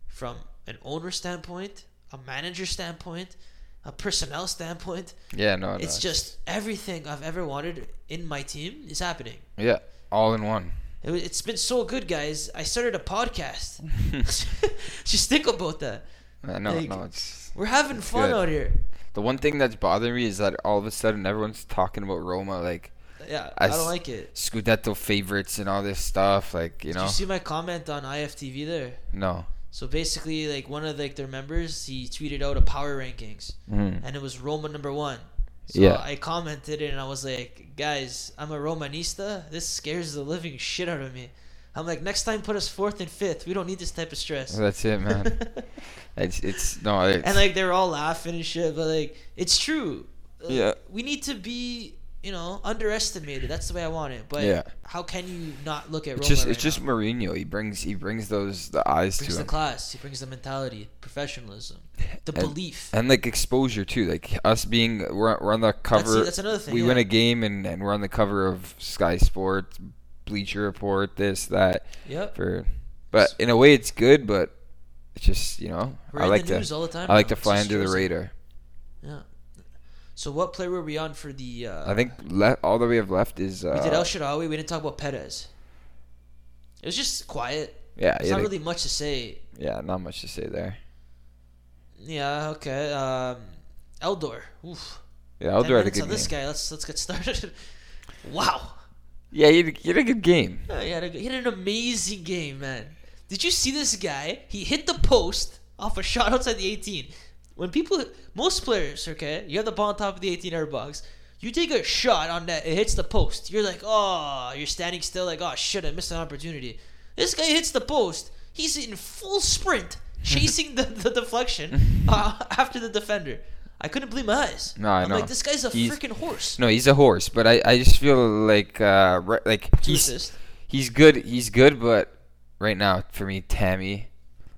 Speaker 1: from an owner standpoint, a manager standpoint, a personnel standpoint.
Speaker 2: Yeah, no, no
Speaker 1: It's just everything I've ever wanted in my team is happening.
Speaker 2: yeah, all in one.
Speaker 1: It, wa- it's been so good, guys. I started a podcast. Just think about that.
Speaker 2: I know,
Speaker 1: Like-
Speaker 2: no, it's
Speaker 1: We're having
Speaker 2: It's
Speaker 1: fun
Speaker 2: good.
Speaker 1: out here.
Speaker 2: the one thing that's bothering me is that all of a sudden everyone's talking about Roma like
Speaker 1: Yeah,
Speaker 2: I
Speaker 1: I, don't
Speaker 2: s-
Speaker 1: like it.
Speaker 2: Scudetto favorites and all this stuff. Like you
Speaker 1: Did
Speaker 2: know,
Speaker 1: you see my comment on IFTV there?
Speaker 2: no.
Speaker 1: So basically, like one of like their members, he tweeted out a power rankings,
Speaker 2: Mm.
Speaker 1: and it was Roma number one. So
Speaker 2: Yeah.
Speaker 1: I commented and I was like, guys, I'm a Romanista. This scares the living shit out of me. I'm like, next time put us fourth and fifth. We don't need this type of stress.
Speaker 2: That's it, man. it's it's no. It's,
Speaker 1: and like they're all laughing and shit, but like it's true. Uh,
Speaker 2: Yeah.
Speaker 1: we need to be, you know, underestimated. That's the way I want it. But
Speaker 2: Yeah.
Speaker 1: how can you not look at Roma?
Speaker 2: it's just
Speaker 1: right
Speaker 2: it's just
Speaker 1: now?
Speaker 2: Mourinho. He brings he brings those the eyes
Speaker 1: brings
Speaker 2: to
Speaker 1: the
Speaker 2: him
Speaker 1: class. He brings the mentality, professionalism, the
Speaker 2: And-
Speaker 1: belief.
Speaker 2: and like exposure too. Like us being we're, we're on the cover.
Speaker 1: that's another thing,
Speaker 2: We win
Speaker 1: yeah.
Speaker 2: a game and and we're on the cover of Sky Sports, Bleacher Report, this that.
Speaker 1: Yep.
Speaker 2: For but in a way it's good, but it's just you know
Speaker 1: We're
Speaker 2: I
Speaker 1: in
Speaker 2: like
Speaker 1: the
Speaker 2: to
Speaker 1: news all the time.
Speaker 2: I like
Speaker 1: now.
Speaker 2: to
Speaker 1: It's
Speaker 2: fly
Speaker 1: just
Speaker 2: under the
Speaker 1: Jersey.
Speaker 2: radar.
Speaker 1: Yeah. So what play were we on for the? Uh,
Speaker 2: I think le- all that we have left is uh,
Speaker 1: we did El Shirawi. We didn't talk about Perez. It was just quiet.
Speaker 2: yeah
Speaker 1: There's
Speaker 2: yeah,
Speaker 1: not
Speaker 2: like-
Speaker 1: really much to say.
Speaker 2: yeah not much to say there.
Speaker 1: Yeah. Okay. Um, Eldor. Oof.
Speaker 2: Yeah, I'll
Speaker 1: 10
Speaker 2: do it a
Speaker 1: minutes
Speaker 2: good
Speaker 1: on this
Speaker 2: game.
Speaker 1: guy. Let's let's get started. wow,
Speaker 2: Yeah, he had, he had a good game.
Speaker 1: Yeah, he had, a, he had an amazing game, man. Did you see this guy? He hit the post off a shot outside the 18. When people, most players, okay, you have the ball on top of the 18 yard box. You take a shot on that, it hits the post. You're like, oh, you're standing still, like, oh shit, I missed an opportunity. This guy hits the post. He's in full sprint, chasing the, the deflection uh, after the defender. I couldn't believe my eyes.
Speaker 2: No, I
Speaker 1: am
Speaker 2: know.
Speaker 1: like, this guy's a
Speaker 2: He's-
Speaker 1: freaking horse.
Speaker 2: No, he's a horse, but I, I just feel like uh right, like
Speaker 1: Two
Speaker 2: he's
Speaker 1: assists.
Speaker 2: he's good he's good, but right now for me Tammy,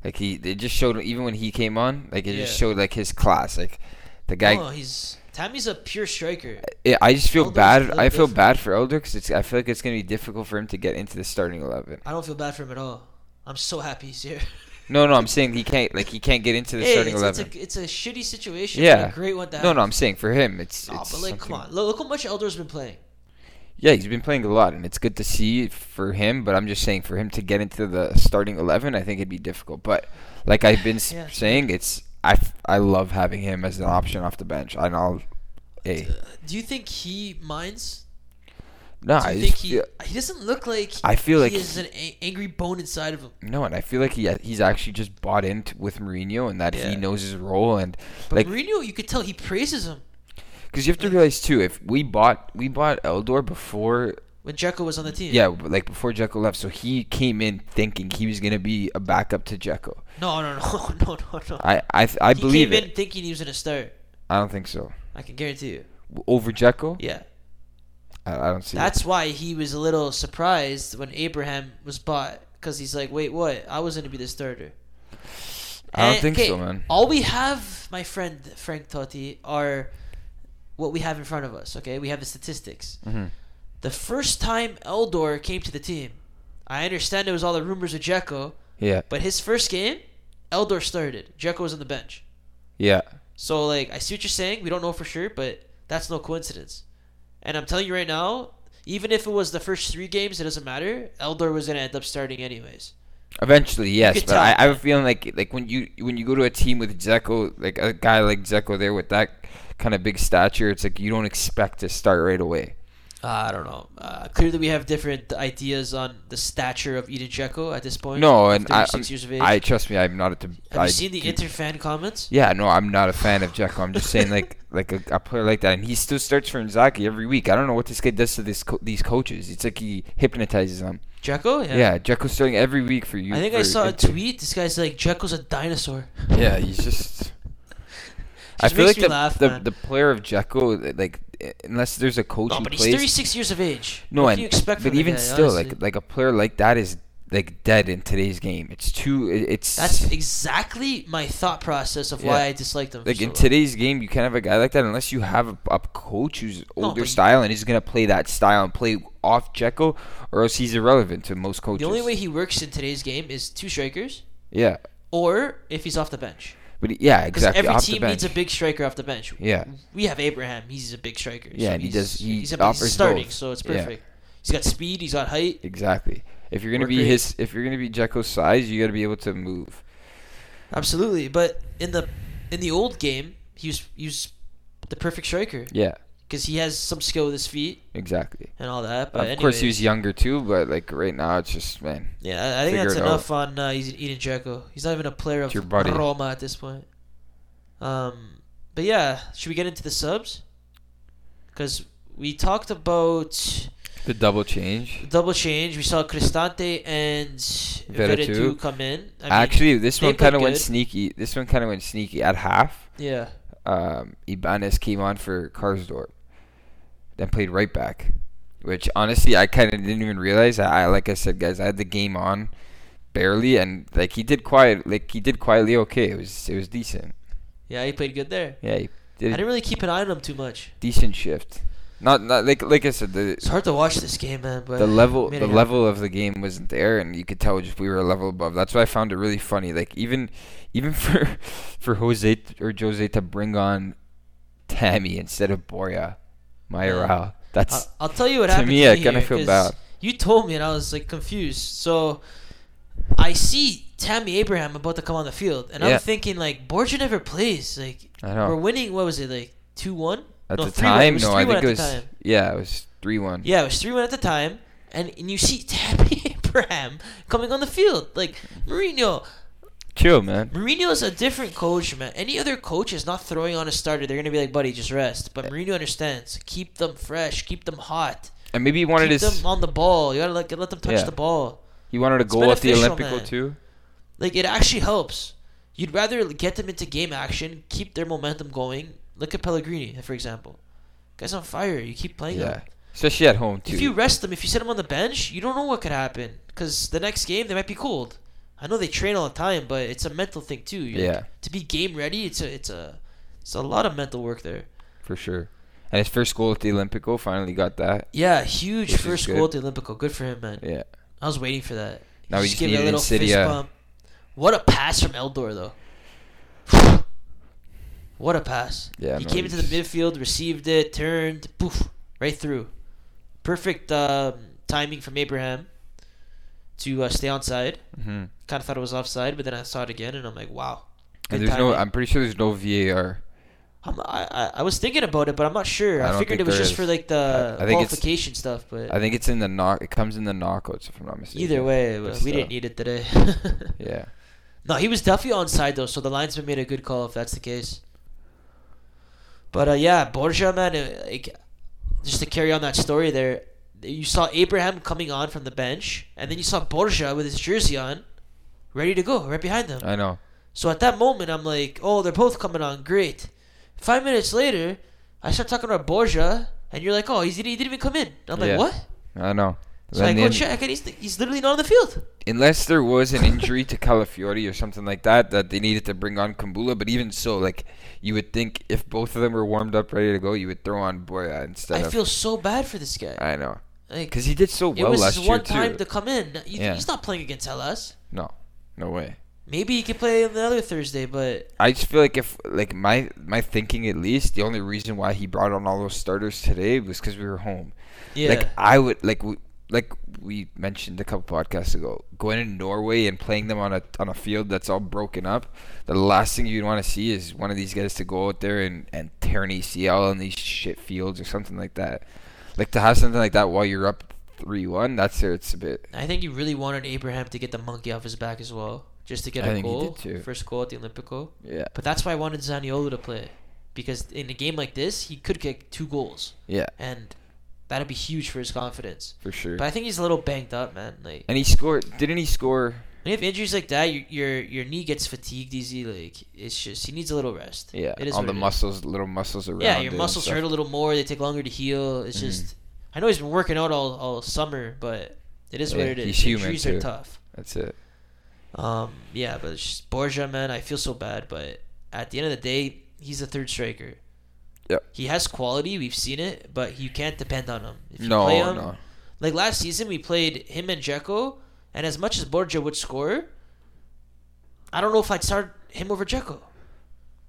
Speaker 2: like he it just showed even when he came on like it just
Speaker 1: Yeah.
Speaker 2: showed like his class like the guy
Speaker 1: no, Oh, he's Tammy's a pure striker.
Speaker 2: Yeah, I just feel
Speaker 1: Elder's a
Speaker 2: bad.
Speaker 1: little
Speaker 2: I feel
Speaker 1: different.
Speaker 2: bad for Elder because I feel like it's gonna be difficult for him to get into the starting eleven.
Speaker 1: I don't feel bad for him at all. I'm so happy he's here.
Speaker 2: No, no, I'm saying he can't. Like he can't get into the
Speaker 1: hey,
Speaker 2: starting
Speaker 1: it's, it's
Speaker 2: eleven.
Speaker 1: a, it's a shitty situation. Yeah,
Speaker 2: yeah,
Speaker 1: a great one. To
Speaker 2: No,
Speaker 1: have.
Speaker 2: no, I'm saying for him, it's.
Speaker 1: Aw,
Speaker 2: it's
Speaker 1: Oh, but like, come
Speaker 2: something-
Speaker 1: on, look, look how much Eldor's been playing.
Speaker 2: Yeah, he's been playing a lot, and it's good to see for him. But I'm just saying for him to get into the starting eleven, I think it'd be difficult. But like I've been s
Speaker 1: Yeah.
Speaker 2: saying, it's I, f- I love having him as an option off the bench, and I'll. eh, Hey,
Speaker 1: Do you think he minds?
Speaker 2: no,
Speaker 1: Do
Speaker 2: I
Speaker 1: you
Speaker 2: just
Speaker 1: think he?
Speaker 2: feel-
Speaker 1: He doesn't look like.
Speaker 2: I feel like
Speaker 1: he is an a- angry bone inside of him.
Speaker 2: No, and I feel like he he's actually just bought into with Mourinho and that
Speaker 1: Yeah.
Speaker 2: he knows his role and
Speaker 1: But
Speaker 2: like
Speaker 1: Mourinho, you could tell he praises him
Speaker 2: because you have to realize too if we bought we bought Eldor before
Speaker 1: when Jekko was on the team.
Speaker 2: yeah but, like before Jekyll left so he came in thinking he was gonna be a backup to Jekyll.
Speaker 1: No, no, no, no, no, no.
Speaker 2: I I th- I
Speaker 1: he
Speaker 2: believe
Speaker 1: came
Speaker 2: it.
Speaker 1: in thinking he was gonna start.
Speaker 2: I don't think so
Speaker 1: I can guarantee you.
Speaker 2: W- over Jekyll.
Speaker 1: Yeah.
Speaker 2: I, I don't see. it.
Speaker 1: That's why he was a little surprised when Abraham was bought because he's like, wait, what? I was going to be the starter.
Speaker 2: I don't
Speaker 1: And-
Speaker 2: think
Speaker 1: 'kay,
Speaker 2: so, man.
Speaker 1: All we have, my friend Frank Totti, are what we have in front of us, okay? We have the statistics.
Speaker 2: Mhm.
Speaker 1: The first time Eldor came to the team, I understand it was all the rumors of Jekko,
Speaker 2: Yeah,
Speaker 1: but his first game, Eldor started. Jekko was on the bench.
Speaker 2: yeah,
Speaker 1: So like I see what you're saying. We don't know for sure, but that's no coincidence. And I'm telling you right now, even if it was the first three games, it doesn't matter. Eldor was gonna end up starting anyways.
Speaker 2: eventually yes,
Speaker 1: could
Speaker 2: but I,
Speaker 1: tell.
Speaker 2: I have a feeling like like when you when you go to a team with Jekyll like a guy like Jekyll there with that kind of big stature, it's like you don't expect to start right away.
Speaker 1: Uh, I don't know. Uh, clearly, we have different ideas on the stature of Eden Dzeko at this point.
Speaker 2: No,
Speaker 1: He's
Speaker 2: and I,
Speaker 1: 36 years of age.
Speaker 2: I trust me, I'm not a. Have
Speaker 1: have you seen the interfan comments?
Speaker 2: Yeah, no, I'm not a fan of Jekyll. I'm just saying, like, like a, a player like that, and he still starts for Inzaghi every week. I don't know what this kid does to this co- these coaches. It's like he hypnotizes them.
Speaker 1: Dzeko?
Speaker 2: Yeah, Jekyll's starting every week for you.
Speaker 1: I think
Speaker 2: for
Speaker 1: I saw a
Speaker 2: Inter.
Speaker 1: tweet. This guy's like, Jekyll's a dinosaur.
Speaker 2: Yeah, he's just. I
Speaker 1: Just
Speaker 2: feel
Speaker 1: makes me
Speaker 2: like the,
Speaker 1: laugh,
Speaker 2: the,
Speaker 1: man.
Speaker 2: the player of Jekyll, like, unless there's a coach
Speaker 1: No,
Speaker 2: who
Speaker 1: Oh, but he's
Speaker 2: plays-
Speaker 1: 36 years of age.
Speaker 2: No,
Speaker 1: what
Speaker 2: and
Speaker 1: do you expect
Speaker 2: but
Speaker 1: from a
Speaker 2: even
Speaker 1: guy,
Speaker 2: still,
Speaker 1: honestly?
Speaker 2: like like a player like that is like dead in today's game. It's too. it- It's
Speaker 1: that's exactly my thought process of why
Speaker 2: Yeah.
Speaker 1: I disliked him.
Speaker 2: like
Speaker 1: so
Speaker 2: in
Speaker 1: much.
Speaker 2: today's game, you can't have a guy like that unless you have a, a coach who's
Speaker 1: No,
Speaker 2: older
Speaker 1: but-
Speaker 2: style and he's gonna play that style and play off Jekyll, or else he's irrelevant to most coaches.
Speaker 1: the only way he works in today's game is two strikers,
Speaker 2: yeah,
Speaker 1: or if he's off the bench.
Speaker 2: but he- yeah,
Speaker 1: Because
Speaker 2: exactly.
Speaker 1: every
Speaker 2: off
Speaker 1: team
Speaker 2: the bench.
Speaker 1: needs a big striker off the bench.
Speaker 2: Yeah.
Speaker 1: We have Abraham. He's a big striker.
Speaker 2: Yeah,
Speaker 1: so
Speaker 2: and he
Speaker 1: he's-
Speaker 2: does- he
Speaker 1: he's, a,
Speaker 2: offers
Speaker 1: he's starting,
Speaker 2: both.
Speaker 1: so it's
Speaker 2: Yeah.
Speaker 1: perfect. He's got speed. He's got height.
Speaker 2: Exactly. If you're gonna
Speaker 1: Work
Speaker 2: be
Speaker 1: rate.
Speaker 2: his, if you're gonna be Jekyll's size, you gotta be able to move.
Speaker 1: Absolutely. But in the in the old game, he was he was the perfect striker
Speaker 2: Yeah,
Speaker 1: because he has some skill with his feet
Speaker 2: exactly.
Speaker 1: and all that. But
Speaker 2: of course, he
Speaker 1: anyways-
Speaker 2: was younger too, but like right now, it's just man.
Speaker 1: Yeah, I- I think
Speaker 2: Figure
Speaker 1: that's
Speaker 2: it
Speaker 1: enough on uh, Eden Eden Dzeko. He's not even a player of
Speaker 2: It's your buddy.
Speaker 1: Roma at this point. Um, but yeah, should we get into the subs? Because we talked about
Speaker 2: The double change.
Speaker 1: double change. We saw Cristante and
Speaker 2: Veretout.
Speaker 1: Veretout come in. I mean,
Speaker 2: Actually, this
Speaker 1: they
Speaker 2: one
Speaker 1: played
Speaker 2: kind of went
Speaker 1: good.
Speaker 2: sneaky. This one kind of went sneaky at half.
Speaker 1: yeah,
Speaker 2: um, Ibanez came on for Karsdorp, then played right back, which honestly I kind of didn't even realize. I, I like I said, guys, I had the game on barely, and like he did quiet, like he did quietly okay. It was it was decent.
Speaker 1: yeah, he played good there.
Speaker 2: Yeah, he
Speaker 1: I
Speaker 2: did
Speaker 1: didn't
Speaker 2: a
Speaker 1: really keep an eye on him too much.
Speaker 2: decent shift. Not not like like I said the.
Speaker 1: It's hard to watch this game, man. But
Speaker 2: The level,
Speaker 1: made
Speaker 2: the
Speaker 1: it happen.
Speaker 2: level of the game wasn't there, and you could tell just we were a level above. That's why I found it really funny. Like even, even for, for Jose t- or Jose to bring on, Tammy instead of Boria, Mayoral. That's
Speaker 1: I'll, I'll tell you what
Speaker 2: to
Speaker 1: happened
Speaker 2: me,
Speaker 1: to
Speaker 2: I
Speaker 1: me
Speaker 2: kinda
Speaker 1: here,
Speaker 2: feel
Speaker 1: 'cause
Speaker 2: bad.
Speaker 1: You told me, and I was like confused. So I see Tammy Abraham about to come on the field, and
Speaker 2: Yeah.
Speaker 1: I'm thinking like Borgia never plays. Like
Speaker 2: I know.
Speaker 1: we're winning. What was it like two one
Speaker 2: at the time, no, I think it was
Speaker 1: Time.
Speaker 2: yeah, it was three one.
Speaker 1: Yeah, it was three one at the time, and, and you see Tammy Abraham coming on the field. Like Mourinho,
Speaker 2: Chill, man.
Speaker 1: Mourinho is a different coach, man. Any other coach is not throwing on a starter. They're gonna be like, buddy, just rest. But Mourinho understands. Keep them fresh. Keep them hot.
Speaker 2: And maybe he wanted
Speaker 1: keep
Speaker 2: his,
Speaker 1: them on the ball. You gotta let, let them touch
Speaker 2: Yeah.
Speaker 1: the ball.
Speaker 2: he wanted a
Speaker 1: It's
Speaker 2: goal at the
Speaker 1: beneficial,
Speaker 2: Olympical
Speaker 1: man.
Speaker 2: too.
Speaker 1: Like it actually helps. You'd rather get them into game action, keep their momentum going. Look at Pellegrini, for example. Guy's on fire. You keep playing
Speaker 2: Yeah,
Speaker 1: him.
Speaker 2: especially at home too.
Speaker 1: If you rest them, if you set them on the bench, you don't know what could happen. Because the next game they might be cold. I know they train all the time, but it's a mental thing too. You-
Speaker 2: Yeah.
Speaker 1: To be game ready, it's a it's a it's a lot of mental work there.
Speaker 2: for sure. And his first goal at the Olympico finally got that.
Speaker 1: Yeah, huge
Speaker 2: Which is
Speaker 1: first
Speaker 2: good.
Speaker 1: goal at the Olympico. Good for him, man.
Speaker 2: Yeah.
Speaker 1: I was waiting for that.
Speaker 2: Now
Speaker 1: He
Speaker 2: we just
Speaker 1: gave it
Speaker 2: need an Insidia.
Speaker 1: What a pass from Eldor though. what a pass.
Speaker 2: Yeah,
Speaker 1: He
Speaker 2: no,
Speaker 1: came
Speaker 2: he's
Speaker 1: into the midfield, received it, turned, poof, right through. Perfect um, timing from Abraham to uh, stay onside.
Speaker 2: hmm
Speaker 1: Kind of thought it was offside, but then I saw it again, and I'm like, wow.
Speaker 2: And
Speaker 1: good
Speaker 2: there's no.
Speaker 1: timing.
Speaker 2: I'm pretty sure there's no VAR.
Speaker 1: I'm, I, I I was thinking about it, but I'm not sure.
Speaker 2: I
Speaker 1: I,
Speaker 2: don't
Speaker 1: figured
Speaker 2: think
Speaker 1: it was
Speaker 2: there
Speaker 1: just
Speaker 2: is.
Speaker 1: for like the
Speaker 2: I- I think it's-
Speaker 1: qualification stuff, but
Speaker 2: I think it's in the knock. It comes in the knockouts, if I'm not mistaken.
Speaker 1: either way,
Speaker 2: But
Speaker 1: we
Speaker 2: still.
Speaker 1: didn't need it today.
Speaker 2: Yeah.
Speaker 1: No, he was definitely on side though, so the linesman made a good call if that's the case. But uh, yeah, Borja man, uh, like, just to carry on that story there, you saw Abraham coming on from the bench, and then you saw Borja with his jersey on, ready to go right behind them.
Speaker 2: I know.
Speaker 1: So at that moment, I'm like, oh, they're both coming on, great. Five minutes later, I start talking about Borja, and you're like, oh, he's, he didn't even come in. I'm like,
Speaker 2: Yeah.
Speaker 1: what?
Speaker 2: I know.
Speaker 1: So I
Speaker 2: Then
Speaker 1: go
Speaker 2: in-
Speaker 1: check, and he's, he's literally not on the field.
Speaker 2: unless there was an injury to Calafiori or something like that, that they needed to bring on Kambula. But even so, like you would think if both of them were warmed up, ready to go, you would throw on Boya instead
Speaker 1: I
Speaker 2: of.
Speaker 1: feel so bad for this guy.
Speaker 2: I know,
Speaker 1: Like,
Speaker 2: because he did so
Speaker 1: It
Speaker 2: well
Speaker 1: was
Speaker 2: last
Speaker 1: his
Speaker 2: year
Speaker 1: one
Speaker 2: too.
Speaker 1: time to come in. You-
Speaker 2: Yeah.
Speaker 1: He's not playing against LS.
Speaker 2: no, no way.
Speaker 1: Maybe he could play on the other Thursday, but
Speaker 2: I just feel like if like my my thinking at least the only reason why he brought on all those starters today was because we were home.
Speaker 1: yeah,
Speaker 2: Like I would like we, like we mentioned a couple podcasts ago, going to Norway and playing them on a on a field that's all broken up. The last thing you'd want to see is one of these guys to go out there and and tear an ACL on these shit fields or something like that. Like to have something like that while you're up three one, that's where it's a bit.
Speaker 1: I think he really wanted Abraham to get the monkey off his back as well, just to get
Speaker 2: I
Speaker 1: a
Speaker 2: think he
Speaker 1: goal,
Speaker 2: did too.
Speaker 1: first goal at the Olympico.
Speaker 2: Yeah,
Speaker 1: But that's why I wanted Zaniolo to play, because in a game like this, he could get two goals,
Speaker 2: yeah,
Speaker 1: and that'd be huge for his confidence.
Speaker 2: for sure.
Speaker 1: But I think he's a little banged up, man. Like
Speaker 2: And he scored. Didn't he score?
Speaker 1: when you have injuries like that, your your, your knee gets fatigued easy. Like it's just he needs a little rest.
Speaker 2: Yeah,
Speaker 1: it is
Speaker 2: on
Speaker 1: what
Speaker 2: the
Speaker 1: it is.
Speaker 2: muscles, little muscles around.
Speaker 1: Yeah,
Speaker 2: it
Speaker 1: your
Speaker 2: and
Speaker 1: muscles
Speaker 2: stuff.
Speaker 1: hurt a little more. They take longer to heal. It's
Speaker 2: Mhm.
Speaker 1: just I know he's been working out all, all summer, but it is what
Speaker 2: Yeah,
Speaker 1: it is.
Speaker 2: he's human,
Speaker 1: Injuries
Speaker 2: too.
Speaker 1: are tough.
Speaker 2: That's it.
Speaker 1: Um, yeah, but it's just Borgia, man, I feel so bad. But at the end of the day, he's a third striker.
Speaker 2: Yep.
Speaker 1: He has quality. We've seen it, but you can't depend on him. If you
Speaker 2: No,
Speaker 1: play him,
Speaker 2: no.
Speaker 1: like last season, we played him and Jekko, and as much as Borgia would score, I don't know if I'd start him over Jekko.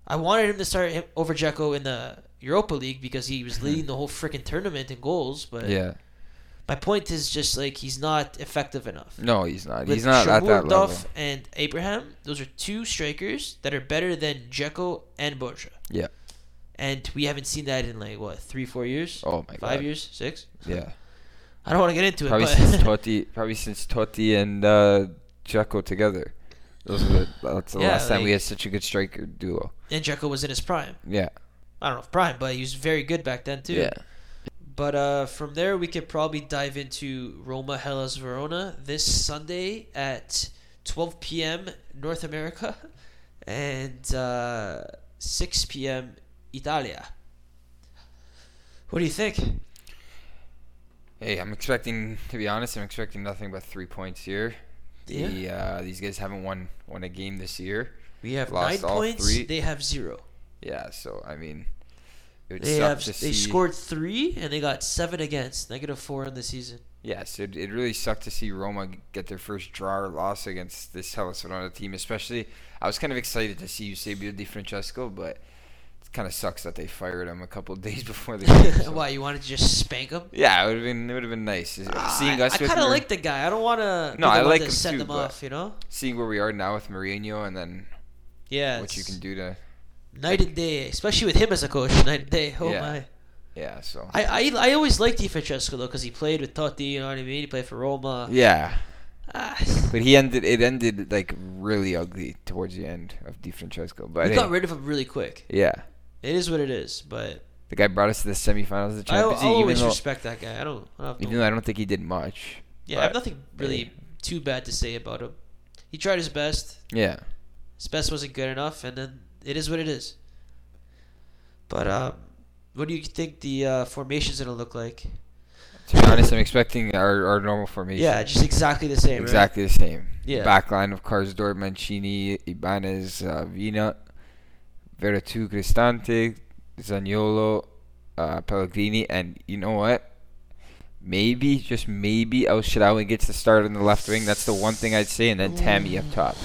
Speaker 1: I wanted him to start him over Jekko in the Europa League because he was leading the whole freaking tournament in goals. But
Speaker 2: Yeah,
Speaker 1: my point is just like he's not effective enough.
Speaker 2: no, he's not.
Speaker 1: With
Speaker 2: He's not at that
Speaker 1: Shomurdov
Speaker 2: level.
Speaker 1: and Abraham, those are two strikers that are better than Jekko and Borgia.
Speaker 2: Yeah.
Speaker 1: And we haven't seen that in like what three, four years,
Speaker 2: Oh my
Speaker 1: five
Speaker 2: god.
Speaker 1: years, six.
Speaker 2: Yeah,
Speaker 1: I don't want to get into
Speaker 2: probably
Speaker 1: it.
Speaker 2: since
Speaker 1: but
Speaker 2: Totti, probably since Totti and uh, Jacko together. Those were the, that's the
Speaker 1: Yeah,
Speaker 2: last time
Speaker 1: like-
Speaker 2: we had such a good striker duo.
Speaker 1: and Jekko was in his prime.
Speaker 2: Yeah,
Speaker 1: I don't know if prime, but he was very good back then too.
Speaker 2: yeah,
Speaker 1: But uh, from there, we could probably dive into Roma Hellas Verona this Sunday at 12 p.m. North America and uh, 6 p.m. Italia. What do you think?
Speaker 2: Hey, I'm expecting to be honest. I'm expecting nothing but three points here. The, uh, these guys haven't won won a game this year.
Speaker 1: we have nine
Speaker 2: lost all
Speaker 1: points.
Speaker 2: three.
Speaker 1: They have zero.
Speaker 2: Yeah, so I mean, it would
Speaker 1: They
Speaker 2: suck
Speaker 1: have
Speaker 2: to
Speaker 1: they
Speaker 2: see-
Speaker 1: scored three and they got seven against, negative four on the season.
Speaker 2: Yes, it it really sucked to see Roma get their first draw or loss against this Hellas Verona team. Especially, I was kind of excited to see Eusebio Di Francesco, but it kind of sucks that they fired him a couple days before the game. so-
Speaker 1: Why you wanted to just spank them?
Speaker 2: Yeah, it would have been it would have been nice is- seeing
Speaker 1: I,
Speaker 2: us with
Speaker 1: kind of
Speaker 2: Mourinho-
Speaker 1: like the guy. I don't want to.
Speaker 2: No, I like
Speaker 1: to
Speaker 2: him
Speaker 1: set
Speaker 2: too,
Speaker 1: them
Speaker 2: but-
Speaker 1: off. You know.
Speaker 2: seeing where we are now with Mourinho and then
Speaker 1: Yeah.
Speaker 2: what you
Speaker 1: it's-
Speaker 2: can do to
Speaker 1: night and day, especially with him as a coach, night and day. Oh
Speaker 2: Yeah.
Speaker 1: my!
Speaker 2: yeah. So
Speaker 1: I, I I always liked Di Francesco though, because he played with Totti. You know what I mean? He played for Roma.
Speaker 2: yeah,
Speaker 1: Ah,
Speaker 2: but he ended it ended like really ugly towards the end of Di Francesco. But
Speaker 1: we
Speaker 2: hey,
Speaker 1: got rid of him really quick.
Speaker 2: yeah,
Speaker 1: It is what it is, but
Speaker 2: the guy brought us to the semifinals of the
Speaker 1: I, I
Speaker 2: Champions League, even
Speaker 1: always
Speaker 2: though
Speaker 1: respect that guy. I don't. I don't have
Speaker 2: even
Speaker 1: no,
Speaker 2: though I don't think he did much.
Speaker 1: yeah, I have
Speaker 2: but-
Speaker 1: nothing really too bad to say about him. He tried his best.
Speaker 2: Yeah.
Speaker 1: His best wasn't good enough, and then it is what it is. But um, what do you think the uh, formation's gonna look like?
Speaker 2: To be honest, I'm expecting our, our normal formation.
Speaker 1: Yeah, just exactly the same. right?
Speaker 2: Exactly the same.
Speaker 1: Yeah.
Speaker 2: Back line of Karsdorp, Mancini, Ibanez, uh, Vina, Veratu, Cristante, Zaniolo, uh, Pellegrini, and you know what? Maybe, just maybe, El Shirawi gets the start on the left wing. That's the one thing I'd say, and then Tammy up top.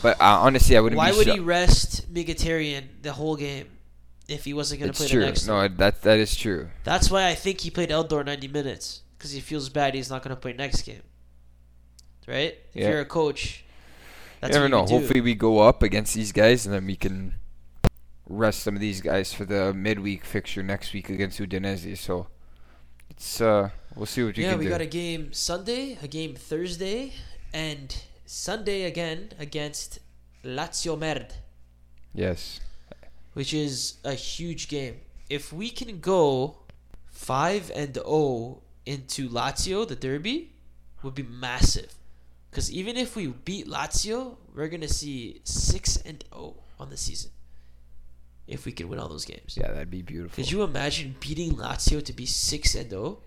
Speaker 2: But uh, honestly, I wouldn't
Speaker 1: Why
Speaker 2: be
Speaker 1: would
Speaker 2: sho-
Speaker 1: he rest Mkhitaryan the whole game if he wasn't going to
Speaker 2: It's
Speaker 1: play
Speaker 2: true.
Speaker 1: the next?
Speaker 2: no,
Speaker 1: one?
Speaker 2: it- that that is true.
Speaker 1: That's why I think he played Eldor 90 minutes because he feels bad he's not going to play next game. Right? If
Speaker 2: Yeah.
Speaker 1: you're a coach, that's
Speaker 2: you never
Speaker 1: what
Speaker 2: know.
Speaker 1: you do.
Speaker 2: Hopefully, we go up against these guys, and then we can rest some of these guys for the midweek fixture next week against Udinese. So it's uh, we'll see what we
Speaker 1: yeah,
Speaker 2: can
Speaker 1: we
Speaker 2: do.
Speaker 1: got a game Sunday, a game Thursday, and Sunday again against Lazio Merd,
Speaker 2: yes,
Speaker 1: which is a huge game. If we can go five and O into Lazio, the derby, would be massive. Because even if we beat Lazio, we're gonna see six and O on the season. If we can win all those games,
Speaker 2: yeah, that'd be beautiful.
Speaker 1: could you imagine beating Lazio to be six and O?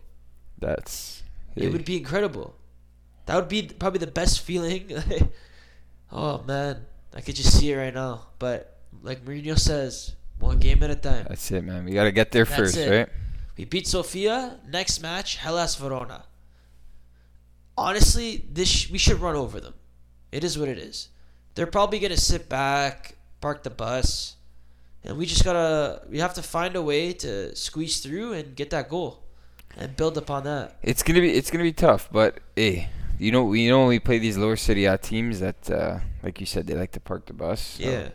Speaker 2: That's
Speaker 1: It would be incredible. That would be probably the best feeling. oh man, I could just see it right now. But like Mourinho says, one game at a time.
Speaker 2: That's it, man. We gotta get there
Speaker 1: That's
Speaker 2: first,
Speaker 1: it.
Speaker 2: right?
Speaker 1: We beat Sofia. Next match, Hellas Verona. Honestly, this sh- we should run over them. It is what it is. They're probably gonna sit back, park the bus, and we just gotta. We have to find a way to squeeze through and get that goal, and build upon that.
Speaker 2: It's gonna be it's gonna be tough, but hey, you know we know when we play these lower city A teams that, uh, like you said, they like to park the bus. so
Speaker 1: Yeah.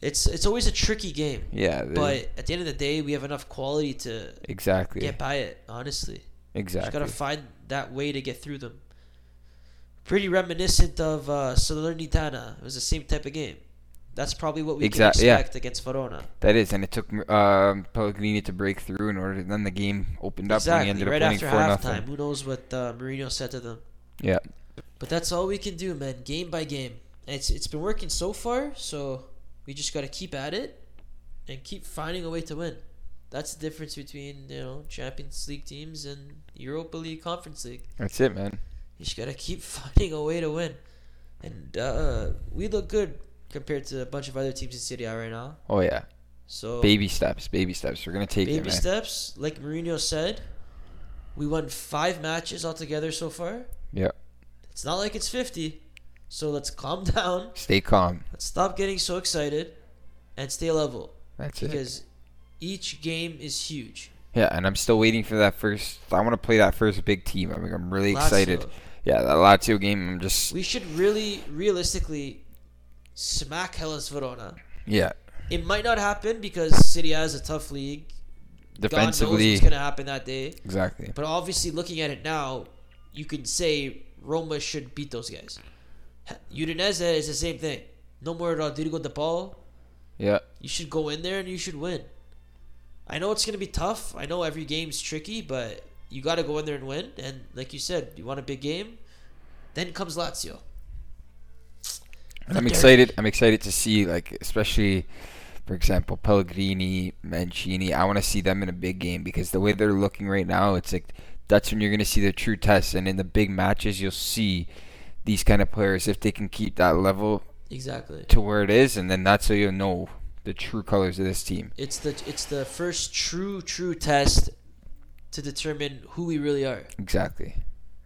Speaker 1: It's it's always a tricky game,
Speaker 2: Yeah. they-
Speaker 1: but at the end of the day, we have enough quality to
Speaker 2: exactly.
Speaker 1: get by it. Honestly,
Speaker 2: Exactly.
Speaker 1: just gotta find that way to get through them. Pretty reminiscent of uh, Salernitana. It was the same type of game. That's probably what we
Speaker 2: Exact-
Speaker 1: can
Speaker 2: yeah.
Speaker 1: expect against Verona.
Speaker 2: that is, and it took um, Pellegrini to break through in order. Then the game opened up and
Speaker 1: Exactly.
Speaker 2: he ended
Speaker 1: Right
Speaker 2: up winning
Speaker 1: after
Speaker 2: four
Speaker 1: halftime,
Speaker 2: nothing.
Speaker 1: who knows what uh, Mourinho said to them?
Speaker 2: Yeah.
Speaker 1: But that's all we can do, man. Game by game, and it's it's been working so far. So we just gotta keep at it and keep finding a way to win. That's the difference between you know Champions League teams and Europa League, Conference League.
Speaker 2: That's it, man.
Speaker 1: You just gotta keep finding a way to win, and uh, we look good compared to a bunch of other teams in Serie A right now.
Speaker 2: Oh yeah.
Speaker 1: So
Speaker 2: Baby steps. Baby steps. We're gonna take
Speaker 1: baby
Speaker 2: it, man.
Speaker 1: steps, like Mourinho said, we won five matches altogether so far.
Speaker 2: Yeah.
Speaker 1: It's not like it's fifty, so let's calm down.
Speaker 2: Stay calm.
Speaker 1: Let's stop getting so excited, and stay level
Speaker 2: That's it.
Speaker 1: because each game is huge.
Speaker 2: Yeah, and I'm still waiting for that first. I want to play that first big team. I mean, I'm really excited.
Speaker 1: Lazio.
Speaker 2: Yeah, that Lazio game. I'm just.
Speaker 1: We should really, realistically, smack Hellas Verona.
Speaker 2: Yeah,
Speaker 1: It might not happen because City has a tough league. God knows
Speaker 2: defensively.
Speaker 1: what's going to happen that day.
Speaker 2: Exactly.
Speaker 1: But obviously, looking at it now, you can say Roma should beat those guys. Udinese is the same thing. No more Rodrigo De Paul.
Speaker 2: Yeah.
Speaker 1: You should go in there and you should win. I know it's going to be tough. I know every game's tricky, but you got to go in there and win. And like you said, you want a big game. Then comes Lazio.
Speaker 2: And I'm
Speaker 1: Derby.
Speaker 2: excited. I'm excited to see, like, especially, for example, Pellegrini, Mancini. I want to see them in a big game because the way they're looking right now, it's like that's when you're going to see their true test. And in the big matches, you'll see these kind of players if they can keep that level
Speaker 1: Exactly.
Speaker 2: to where it is, and then that's how you'll know the true colors of this team.
Speaker 1: It's the it's the first true true test to determine who we really are.
Speaker 2: Exactly.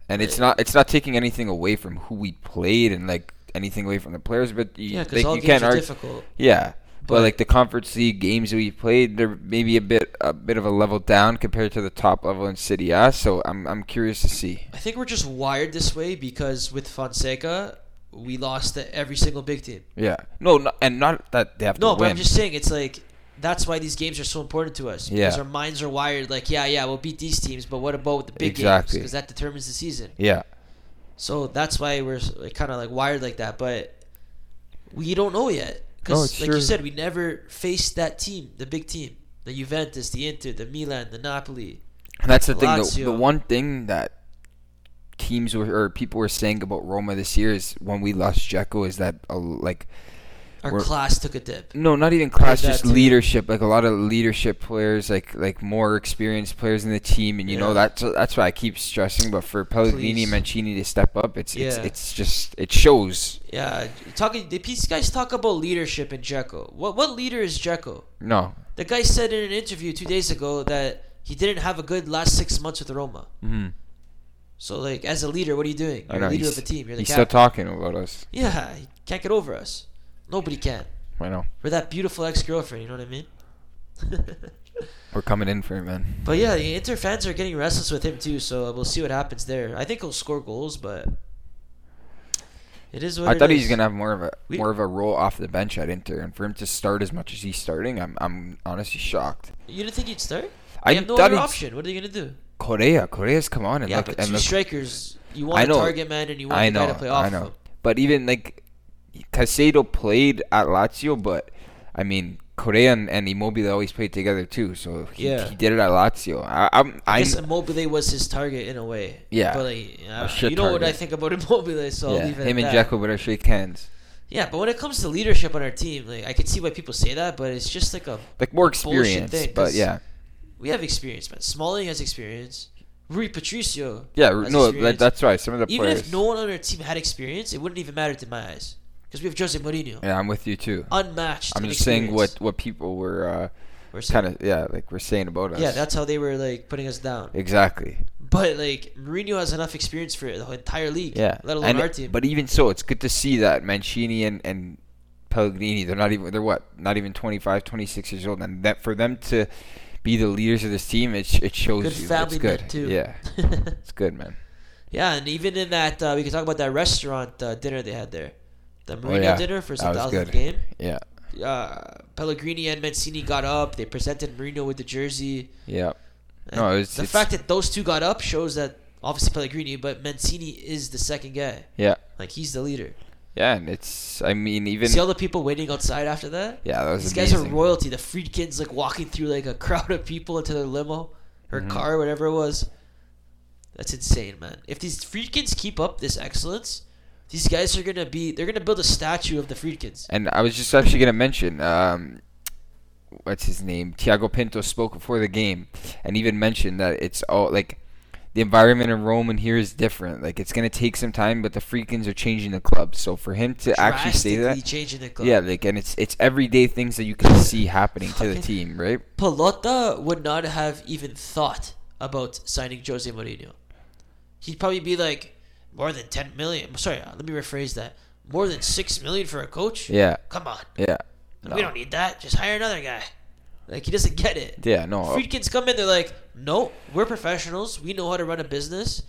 Speaker 2: And it's not it's not taking anything away from who we played and like anything away from the players, but you,
Speaker 1: Yeah,
Speaker 2: like,
Speaker 1: because all
Speaker 2: you
Speaker 1: games
Speaker 2: can't
Speaker 1: are
Speaker 2: argue.
Speaker 1: difficult.
Speaker 2: Yeah, but,
Speaker 1: But-
Speaker 2: like the Conference League games that we played, they're maybe a bit a bit of a level down compared to the top level in City A. So I'm I'm curious to see.
Speaker 1: I think we're just wired this way because with Fonseca, we lost to every single big team.
Speaker 2: Yeah. No, no and not that they have
Speaker 1: No,
Speaker 2: to
Speaker 1: but
Speaker 2: win.
Speaker 1: I'm just saying it's like that's why these games are so important to us.
Speaker 2: Yeah.
Speaker 1: Because our minds are wired like, yeah, yeah, we'll beat these teams, but what about the big games?
Speaker 2: Exactly.
Speaker 1: Because that determines the season.
Speaker 2: yeah.
Speaker 1: So that's why we're kind of like wired like that, but we don't know yet.
Speaker 2: No,
Speaker 1: Because
Speaker 2: it's
Speaker 1: like
Speaker 2: true.
Speaker 1: you said, we never faced that team, the big team, the Juventus, the Inter, the Milan, the Napoli.
Speaker 2: And that's the thing. The, the
Speaker 1: Lazio.
Speaker 2: one thing that teams were or people were saying about Roma this year is when we lost Jekyll is that uh, like
Speaker 1: Our
Speaker 2: We're-
Speaker 1: class took a dip.
Speaker 2: No, not even class,
Speaker 1: that
Speaker 2: just
Speaker 1: too.
Speaker 2: leadership. Like a lot of leadership players, like like more experienced players in the team, and you know
Speaker 1: Yeah.
Speaker 2: that's that's why I keep stressing. But for Pellegrini
Speaker 1: Please.
Speaker 2: and Mancini to step up, it's it's
Speaker 1: Yeah.
Speaker 2: it's just it shows.
Speaker 1: Yeah, talking. These guys talk about leadership in Jekyll. What what leader is Jekyll?
Speaker 2: No,
Speaker 1: The guy said in an interview two days ago that he didn't have a good last six months with Roma.
Speaker 2: mm-hmm.
Speaker 1: So like, as a leader, what are you doing?
Speaker 2: I
Speaker 1: You're
Speaker 2: know
Speaker 1: the leader
Speaker 2: he's,
Speaker 1: of a team. You're the
Speaker 2: he's
Speaker 1: captain.
Speaker 2: still talking about us.
Speaker 1: yeah, he can't get over us. Nobody can.
Speaker 2: I know
Speaker 1: We're that beautiful ex-girlfriend. You know what I mean?
Speaker 2: we're coming in for it, man.
Speaker 1: but yeah, the Inter fans are getting restless with him too. So we'll see what happens there. I think he'll score goals, but it is what
Speaker 2: I
Speaker 1: it
Speaker 2: thought he was
Speaker 1: is.
Speaker 2: gonna have more of a
Speaker 1: We-
Speaker 2: more of a role off the bench at Inter, and for him to start as much as he's starting, I'm I'm honestly shocked.
Speaker 1: You didn't think he'd start?
Speaker 2: I
Speaker 1: I have no
Speaker 2: thought
Speaker 1: other
Speaker 2: he'd-
Speaker 1: option. What are you gonna do?
Speaker 2: Korea, Korea's come on and
Speaker 1: Yeah,
Speaker 2: look
Speaker 1: but
Speaker 2: and
Speaker 1: two
Speaker 2: look
Speaker 1: strikers. You
Speaker 2: I
Speaker 1: want a
Speaker 2: know.
Speaker 1: target man, and you want
Speaker 2: I
Speaker 1: a
Speaker 2: know,
Speaker 1: guy to play off
Speaker 2: I
Speaker 1: of
Speaker 2: know.
Speaker 1: him.
Speaker 2: But even like Casado played at Lazio, but I mean Correa and, and Immobile always played together too. So he,
Speaker 1: Yeah.
Speaker 2: he did it at Lazio. I, I'm
Speaker 1: I
Speaker 2: I
Speaker 1: guess Immobile was his target in a way.
Speaker 2: Yeah.
Speaker 1: But like, uh,
Speaker 2: shit
Speaker 1: you know what I
Speaker 2: target.
Speaker 1: think about Immobile, so I'll
Speaker 2: yeah,
Speaker 1: leave it
Speaker 2: him
Speaker 1: at
Speaker 2: and
Speaker 1: that.
Speaker 2: Jekyll better shake hands.
Speaker 1: Yeah, but when it comes to leadership on our team, like I can see why people say that, but it's just like a
Speaker 2: Like more
Speaker 1: Bullshit
Speaker 2: experience,
Speaker 1: thing,
Speaker 2: but
Speaker 1: 'cause-
Speaker 2: yeah,
Speaker 1: we have experience, man. Smalling has experience. Rui Patricio.
Speaker 2: yeah.
Speaker 1: has
Speaker 2: No, that,
Speaker 1: experience.
Speaker 2: that's right. Some of the
Speaker 1: even
Speaker 2: players.
Speaker 1: if no one on our team had experience, it wouldn't even matter to my eyes because we have Jose Mourinho,
Speaker 2: yeah, I'm with you too.
Speaker 1: unmatched.
Speaker 2: I'm
Speaker 1: in
Speaker 2: just saying
Speaker 1: experience.
Speaker 2: what what people were uh,
Speaker 1: We're saying-
Speaker 2: kind of yeah like were saying about us.
Speaker 1: Yeah, that's how they were like putting us down.
Speaker 2: exactly.
Speaker 1: But like Mourinho has enough experience for the whole entire league.
Speaker 2: Yeah,
Speaker 1: Let alone
Speaker 2: And-
Speaker 1: our team.
Speaker 2: But even so, it's good to see that Mancini and and Pellegrini. They're not even. They're what? Not even 25, 26 years old, and that for them to be the leaders of this team, it sh- it shows
Speaker 1: Good
Speaker 2: you.
Speaker 1: family
Speaker 2: it's good.
Speaker 1: man, too.
Speaker 2: Yeah, it's good, man.
Speaker 1: Yeah, and even in that, uh, we can talk about that restaurant uh, dinner they had there. The Mourinho
Speaker 2: Oh, yeah.
Speaker 1: dinner for his
Speaker 2: That
Speaker 1: 1,000th
Speaker 2: was good.
Speaker 1: game.
Speaker 2: Yeah,
Speaker 1: uh, Pellegrini and Mancini got up. They presented Marino with the jersey.
Speaker 2: Yeah.
Speaker 1: And
Speaker 2: No, it was,
Speaker 1: the
Speaker 2: it's,
Speaker 1: fact that those two got up shows that obviously Pellegrini, but Mancini is the second guy.
Speaker 2: Yeah.
Speaker 1: Like he's the leader.
Speaker 2: yeah, and it's. I mean, even
Speaker 1: See all the people waiting outside after that.
Speaker 2: yeah, that was
Speaker 1: These guys
Speaker 2: amazing.
Speaker 1: are royalty. The Friedkins like walking through like a crowd of people into their limo or
Speaker 2: Mhm.
Speaker 1: car, whatever it was. That's insane, man. If these Friedkins keep up this excellence, these guys are gonna be. They're gonna build a statue of the Friedkins.
Speaker 2: And I was just actually going to mention, um, what's his name? Thiago Pinto spoke before the game and even mentioned that it's all like the environment in Rome and here is different. Like it's going to take some time, but the Freakins are changing the club. So for him to actually say
Speaker 1: Drastically
Speaker 2: that,
Speaker 1: changing the club.
Speaker 2: yeah, like and it's it's everyday things that you can see happening to the
Speaker 1: Fucking-
Speaker 2: team, right?
Speaker 1: Palota would not have even thought about signing Jose Mourinho. He'd probably be like, more than 10 million. Sorry, uh, let me rephrase that. More than 6 million for a coach?
Speaker 2: Yeah,
Speaker 1: Come on.
Speaker 2: yeah, no.
Speaker 1: We don't need that. Just hire another guy. Like, he doesn't get it.
Speaker 2: yeah, no, uh,
Speaker 1: Friedkins come in, they're like, no, we're professionals. We know how to run a business.